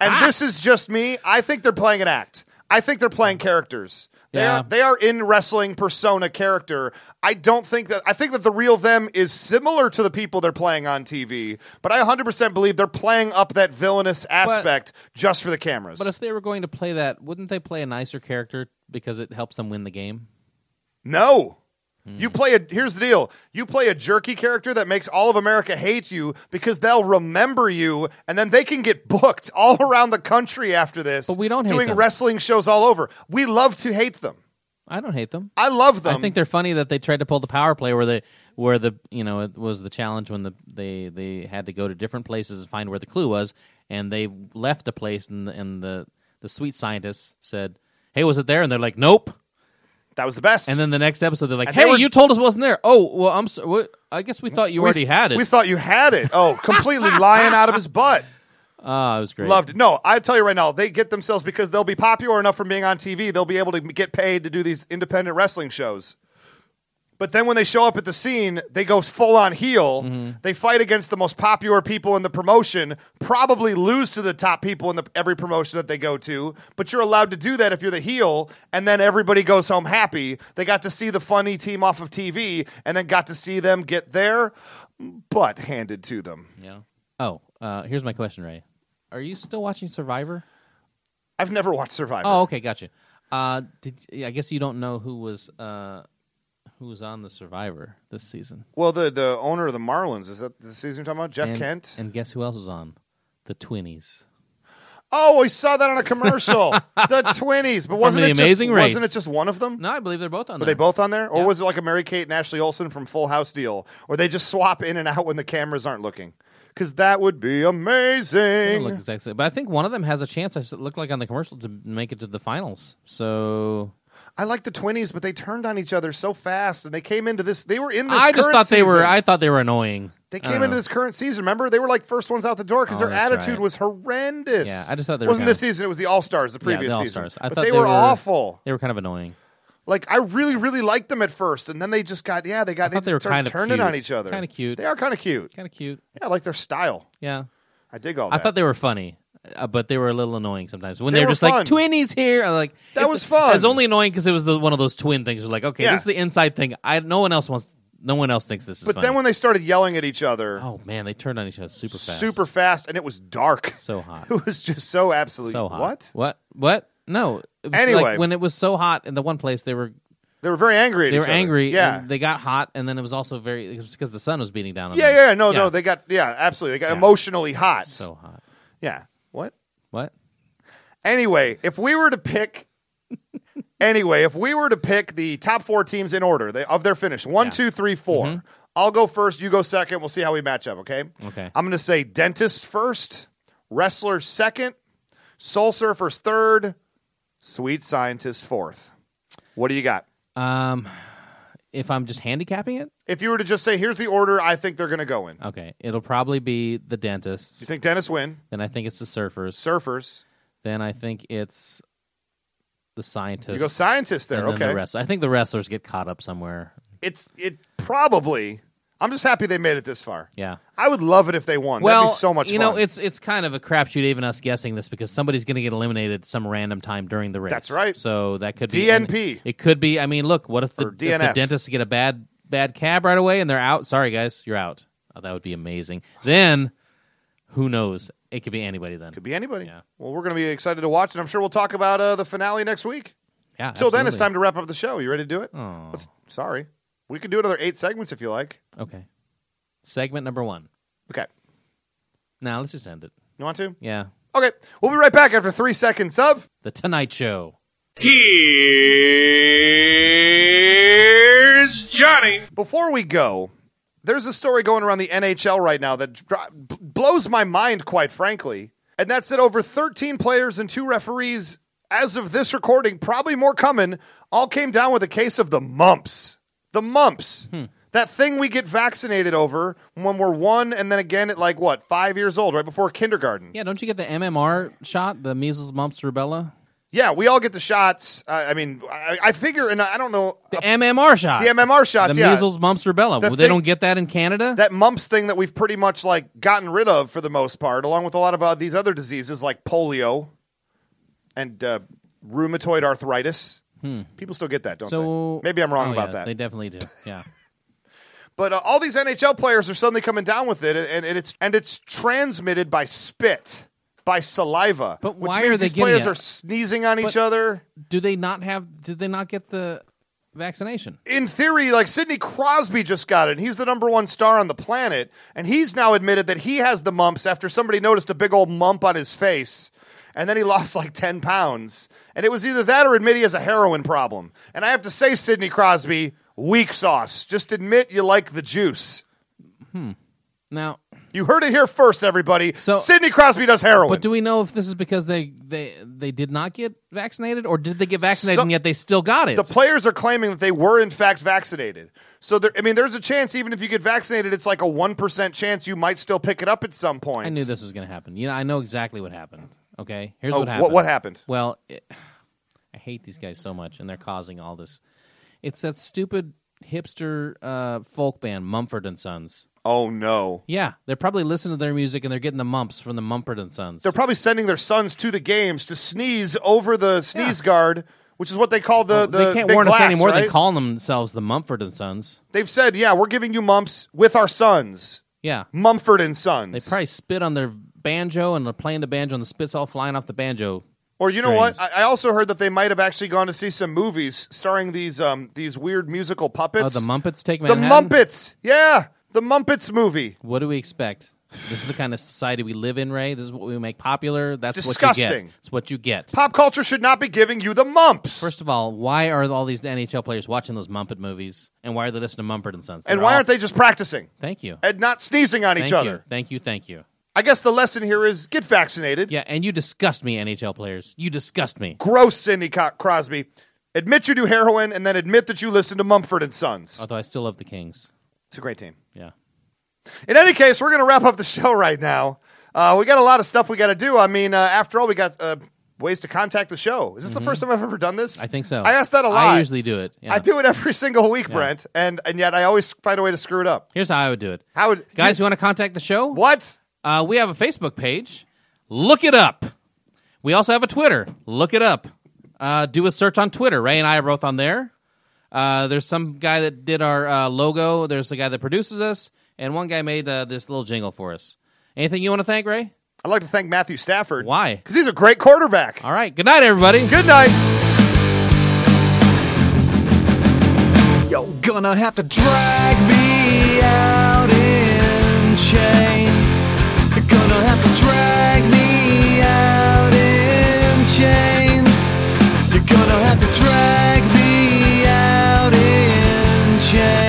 Speaker 2: and this is just me. I think they're playing an act. I think they're playing characters. They
Speaker 1: Yeah.
Speaker 2: are they are in wrestling persona character. I don't think that I think that the real them is similar to the people they're playing on TV, but I 100% believe they're playing up that villainous aspect just for the cameras.
Speaker 1: But if they were going to play that, wouldn't they play a nicer character because it helps them win the game?
Speaker 2: No.
Speaker 1: Hmm.
Speaker 2: You play a here's the deal. You play a jerky character that makes all of America hate you because they'll remember you and then they can get booked all around the country after this.
Speaker 1: But we don't hate
Speaker 2: doing
Speaker 1: them.
Speaker 2: wrestling shows all over. We love to hate them.
Speaker 1: I don't hate them.
Speaker 2: I love them.
Speaker 1: I think they're funny that they tried to pull the power play where they where the you know it was the challenge when the they they had to go to different places and find where the clue was, and they left the place and the, and the the sweet scientist said, "Hey, was it there?" And they're like, "Nope."
Speaker 2: that was the best.
Speaker 1: And then the next episode, they're like,
Speaker 2: And they
Speaker 1: "Hey,
Speaker 2: were-
Speaker 1: you told us it wasn't there." Oh, well, I'm. So, what, I guess we thought you already had it.
Speaker 2: We thought you had it. Oh, completely lying out of his butt.
Speaker 1: Ah, it was great.
Speaker 2: Loved it. No, I tell you right now, they get themselves because they'll be popular enough from being on TV. They'll be able to get paid to do these independent wrestling shows. But then when they show up at the scene, they go full on heel. They fight against the most popular people in the promotion, probably lose to the top people in the, every promotion that they go to. But you're allowed to do that if you're the heel, and then everybody goes home happy. They got to see the funny team off of TV, and then got to see them get their butt handed to them.
Speaker 1: Yeah. Oh, uh, here's my question, Ray. Are you still watching Survivor?
Speaker 2: I've never watched Survivor.
Speaker 1: Oh, okay, gotcha. Uh, did I guess you don't know who was uh, who was on the Survivor this season?
Speaker 2: Well, the the owner of the Marlins is that the season you're talking about, Jeff
Speaker 1: and,
Speaker 2: Kent.
Speaker 1: And guess who else was on? The Twinnies.
Speaker 2: oh, we saw that on a commercial. the Twinnies, but wasn't
Speaker 1: The
Speaker 2: it
Speaker 1: Amazing
Speaker 2: just,
Speaker 1: Race.
Speaker 2: Wasn't it just one of them?
Speaker 1: No, I believe they're both on.
Speaker 2: Were
Speaker 1: there.
Speaker 2: they both on there, or
Speaker 1: Yeah.
Speaker 2: was it like a Mary Kate and Ashley Olsen from Full House deal, or they just swap in and out when the cameras aren't looking? Because that would be
Speaker 1: They
Speaker 2: amazing.
Speaker 1: look exactly. But I think one of them has a chance. I looked like on the commercial to make it to the finals. So
Speaker 2: I like the Twinnies, but they turned on each other so fast, and they came into this. They were in this.
Speaker 1: I just
Speaker 2: current
Speaker 1: thought they were.
Speaker 2: season.
Speaker 1: I thought they were annoying.
Speaker 2: They
Speaker 1: I don't
Speaker 2: came into
Speaker 1: know.
Speaker 2: this current season. Remember, they were like first ones out the door because
Speaker 1: Oh,
Speaker 2: their
Speaker 1: that's
Speaker 2: attitude
Speaker 1: right.
Speaker 2: was horrendous.
Speaker 1: Yeah, I just thought they were
Speaker 2: wasn't this
Speaker 1: kinda-
Speaker 2: season. It was the All Stars the previous
Speaker 1: yeah, the
Speaker 2: season.
Speaker 1: All-Stars. I
Speaker 2: but
Speaker 1: thought
Speaker 2: they, were awful.
Speaker 1: They were kind of annoying.
Speaker 2: Like I really, really liked them at first, and then they just got yeah, they got they,
Speaker 1: thought they were
Speaker 2: started
Speaker 1: kind of
Speaker 2: turning on
Speaker 1: cute.
Speaker 2: each other.
Speaker 1: Kinda cute.
Speaker 2: They are kind of cute.
Speaker 1: Kind of cute.
Speaker 2: Yeah, I like their style.
Speaker 1: Yeah.
Speaker 2: I dig all
Speaker 1: I
Speaker 2: that.
Speaker 1: thought they were funny, uh, but they were a little annoying sometimes. When
Speaker 2: They
Speaker 1: they,
Speaker 2: were
Speaker 1: were just
Speaker 2: fun.
Speaker 1: like twinnies here, I'm like
Speaker 2: That
Speaker 1: it's-
Speaker 2: was fun.
Speaker 1: It's only annoying because it was the one of those twin things. You're like, okay,
Speaker 2: Yeah.
Speaker 1: this is the inside thing. I no one else wants. No one else thinks this is.
Speaker 2: but
Speaker 1: funny.
Speaker 2: then when they started yelling at each other,
Speaker 1: oh man, they turned on each other super fast,
Speaker 2: super fast, and it was dark.
Speaker 1: so hot,
Speaker 2: It was just so absolutely
Speaker 1: so hot.
Speaker 2: what
Speaker 1: What? What? No. It was
Speaker 2: Anyway.
Speaker 1: like when it was so hot in the one place, they were
Speaker 2: they were very angry. At
Speaker 1: they
Speaker 2: each
Speaker 1: were
Speaker 2: other.
Speaker 1: angry.
Speaker 2: Yeah,
Speaker 1: and they got hot, and then it was also very it was because the sun was beating down on
Speaker 2: yeah,
Speaker 1: them.
Speaker 2: yeah. No, no,
Speaker 1: Yeah.
Speaker 2: they got yeah, absolutely. They got emotionally hot.
Speaker 1: So hot.
Speaker 2: yeah, what?
Speaker 1: What?
Speaker 2: Anyway, if we were to pick, anyway, if we were to pick the top four teams in order they, of their finish, one,
Speaker 1: Yeah. Mm-hmm.
Speaker 2: two, three, four. I'll go first. You go second. We'll see how we match up. Okay.
Speaker 1: Okay.
Speaker 2: I'm going to say dentist first, wrestler second, soul surfers third, sweet scientist fourth. What do you got?
Speaker 1: Um, if I'm just handicapping it,
Speaker 2: If you were to just say, here's the order I think they're going to go in. Do
Speaker 1: okay, it'll probably be the dentists.
Speaker 2: you think dentists win?
Speaker 1: Then I think it's the surfers.
Speaker 2: Surfers.
Speaker 1: then I think it's the scientists.
Speaker 2: You go scientist there.
Speaker 1: and then
Speaker 2: Okay.
Speaker 1: the rest. I think the wrestlers get caught up somewhere.
Speaker 2: It's it probably. I'm just happy they made it this far.
Speaker 1: Yeah.
Speaker 2: I would love it if they won.
Speaker 1: Well,
Speaker 2: That'd be so much
Speaker 1: you
Speaker 2: fun.
Speaker 1: know, it's it's kind of a crapshoot even us guessing this because somebody's going to get eliminated some random time during the race.
Speaker 2: That's right.
Speaker 1: So that could be
Speaker 2: DNP.
Speaker 1: and It could be. I mean, look, what if the,
Speaker 2: Or
Speaker 1: if the
Speaker 2: DNF.
Speaker 1: dentists get a bad bad cab right away and they're out? Sorry, guys, you're out. Oh, that would be amazing. Then who knows? It could be anybody. Then
Speaker 2: Could be anybody.
Speaker 1: Yeah.
Speaker 2: Well, we're going to be excited to watch, and I'm sure we'll talk about uh, the finale next week.
Speaker 1: yeah.
Speaker 2: Till then, it's
Speaker 1: absolutely.
Speaker 2: time
Speaker 1: Oh.
Speaker 2: to wrap up the show. You ready to do it?
Speaker 1: Aw.
Speaker 2: Let's- sorry. We can do another eight segments if you like.
Speaker 1: Oh, Okay. Segment number one.
Speaker 2: Okay.
Speaker 1: Now let's just end it.
Speaker 2: You want to?
Speaker 1: Yeah.
Speaker 2: Okay. We'll be right back after three seconds of.
Speaker 1: The Tonight Show.
Speaker 6: Here's Johnny.
Speaker 2: Before we go, there's a story going around the NHL right now that dr- b- blows my mind, quite frankly. And that's that over 13 players and two referees, as of this recording, probably more coming, all came down with a case of the mumps. The mumps.
Speaker 1: Hmm.
Speaker 2: That thing we get vaccinated over when we're one and then again at like what, five years old, right before kindergarten.
Speaker 1: Yeah, don't you get the MMR shot, the measles, mumps, rubella?
Speaker 2: Yeah, we all get the shots. Uh, I mean, I, I figure, and I, I don't know.
Speaker 1: The MMR shot.
Speaker 2: The MMR shots,
Speaker 1: The
Speaker 2: yeah.
Speaker 1: measles, mumps, rubella.
Speaker 2: The
Speaker 1: well, they
Speaker 2: thing-
Speaker 1: don't get that in Canada?
Speaker 2: that mumps thing that we've pretty much like gotten rid of for the most part, along with a lot of uh, these other diseases like polio and uh, rheumatoid arthritis. People still get that, don't
Speaker 1: Hmm. so
Speaker 2: they? Maybe I'm wrong
Speaker 1: Oh,
Speaker 2: about
Speaker 1: yeah,
Speaker 2: that.
Speaker 1: They definitely do. Yeah.
Speaker 2: but uh, all these NHL players are suddenly coming down with it, and, and it's and it's transmitted by spit, by saliva.
Speaker 1: But
Speaker 2: which
Speaker 1: why
Speaker 2: means
Speaker 1: are they
Speaker 2: these
Speaker 1: getting
Speaker 2: players
Speaker 1: it?
Speaker 2: are sneezing on each
Speaker 1: But-
Speaker 2: other?
Speaker 1: do they not have did they not get the vaccination?
Speaker 2: in theory, like Sidney Crosby just got it, and he's the number one star on the planet, and he's now admitted that he has the mumps after somebody noticed a big old mump on his face, and then he lost like ten pounds, and it was either that or admit he has a heroin problem. And I have to say, Sidney Crosby, weak sauce. Just admit you like the juice.
Speaker 1: Now
Speaker 2: You heard it here first, everybody.
Speaker 1: So-
Speaker 2: Sidney Crosby does heroin.
Speaker 1: but do we know if this is because they they they did not get vaccinated or did they get vaccinated
Speaker 2: So-
Speaker 1: and yet they still got it?
Speaker 2: the players are claiming that they were in fact vaccinated. So there, I mean, there's a chance even if you get vaccinated, it's like a one percent chance you might still pick it up at some point.
Speaker 1: I knew this was going to happen. You know, I know exactly what happened. Okay, here's
Speaker 2: Oh,
Speaker 1: what
Speaker 2: what-
Speaker 1: happened.
Speaker 2: what happened?
Speaker 1: Well, it, I hate these guys so much, and they're causing all this. It's that stupid hipster uh, folk band Mumford and Sons.
Speaker 2: Oh no.
Speaker 1: Yeah, they're probably listening to their music and they're getting the mumps from the Mumford and Sons.
Speaker 2: They're probably sending their sons to the games to sneeze over the sneeze guard, which is what they call the, the
Speaker 1: they can't
Speaker 2: big
Speaker 1: warn
Speaker 2: glass,
Speaker 1: us anymore
Speaker 2: Right?
Speaker 1: than calling themselves the Mumford and Sons.
Speaker 2: They've said, yeah, we're giving you mumps with our sons,
Speaker 1: Yeah,
Speaker 2: Mumford and Sons.
Speaker 1: they probably spit on their banjo and they're playing the banjo and the spits all flying off the banjo.
Speaker 2: or you know what?
Speaker 1: strings.
Speaker 2: I, I also heard that they might have actually gone to see some movies starring these um these weird musical
Speaker 1: Oh,
Speaker 2: puppets.
Speaker 1: the Mumpets take
Speaker 2: The
Speaker 1: Manhattan?
Speaker 2: Mumpets, yeah, the Mumpets movie.
Speaker 1: What do we expect? This is the kind of society we live in, Ray. This is what we make popular. That's what you
Speaker 2: disgusting.
Speaker 1: get. It's what you get.
Speaker 2: Pop culture should not be giving you the mumps.
Speaker 1: First of all, why are all these NHL players watching those Mumpet movies? And why are they listening to Mumford and Sons?
Speaker 2: and
Speaker 1: They're
Speaker 2: why
Speaker 1: all-
Speaker 2: aren't they just practicing
Speaker 1: Thank you.
Speaker 2: and not sneezing on
Speaker 1: Thank
Speaker 2: each
Speaker 1: you.
Speaker 2: other?
Speaker 1: Thank you. Thank you.
Speaker 2: I guess the lesson here is get vaccinated.
Speaker 1: Yeah, and you disgust me, NHL players. You disgust me.
Speaker 2: gross Sidney Co- Crosby. Admit you do heroin and then admit that you listen to Mumford and Sons.
Speaker 1: Although I still love the Kings.
Speaker 2: It's a great team.
Speaker 1: Yeah.
Speaker 2: In any case, we're going to wrap up the show right now. Uh, we got a lot of stuff we got to do. I mean, uh, after all, we got uh, ways to contact the show. Is this the first time I've ever done this?
Speaker 1: Mm-hmm. I think so.
Speaker 2: I ask that a lot.
Speaker 1: I usually do it. yeah.
Speaker 2: I do it every single week, Brent, and and yet I always find a way to screw it up.
Speaker 1: Here's how I would do it.
Speaker 2: How would
Speaker 1: Guys, you want to contact the show?
Speaker 2: What?
Speaker 1: Uh, we have a Facebook page. Look it up. We also have a Twitter. Look it up. Uh, do a search on Twitter. Ray and I are both on there. Uh, there's some guy that did our uh, logo. There's the guy that produces us, and one guy made uh, this little jingle for us. Anything you want to thank, Ray?
Speaker 2: I'd like to thank Matthew Stafford.
Speaker 1: Why?
Speaker 2: Because he's a great quarterback.
Speaker 1: All right. Good night, everybody.
Speaker 2: Good night.
Speaker 6: You're gonna have to drag me out in chains. You're gonna have to drag me out in chains. You're gonna have to drag me out in chains.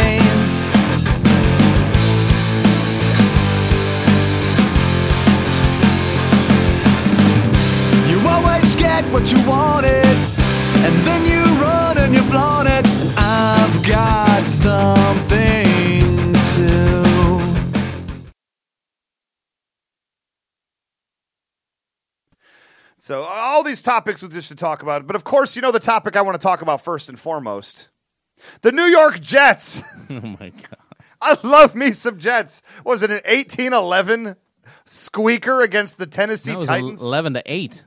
Speaker 6: You always get what you wanted, and then you run and you flaunt it. And I've got something to.
Speaker 2: So all these topics we just to talk about, but of course, you know the topic I want to talk about first and foremost: the New York Jets.
Speaker 1: Oh my god.
Speaker 2: I love me some Jets. Was it an eighteen eleven squeaker against the Tennessee
Speaker 1: That was
Speaker 2: Titans?
Speaker 1: eleven to eight.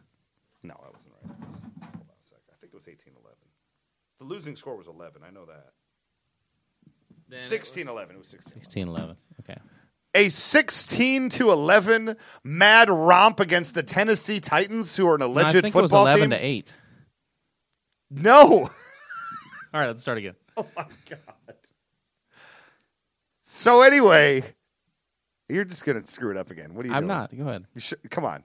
Speaker 2: No, that wasn't right. Hold on a sec. I think it was 18 11. The losing score was 11. I know that. 16 11. It was 16.
Speaker 1: 16 11. Okay.
Speaker 2: A 16 to 11 mad romp against the Tennessee Titans, who are an
Speaker 1: No,
Speaker 2: alleged
Speaker 1: I think it was
Speaker 2: football
Speaker 1: 11
Speaker 2: team.
Speaker 1: to eight.
Speaker 2: No.
Speaker 1: All right. Let's start again.
Speaker 2: So, anyway, you're just going to screw it up again. What are you
Speaker 1: I'm
Speaker 2: doing?
Speaker 1: not. Go ahead.
Speaker 2: You should, come on.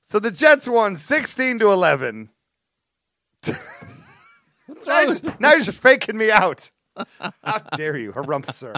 Speaker 2: So the Jets won 16 to 11. now, you're just, now you're just faking me out. How dare you, harumph, sir.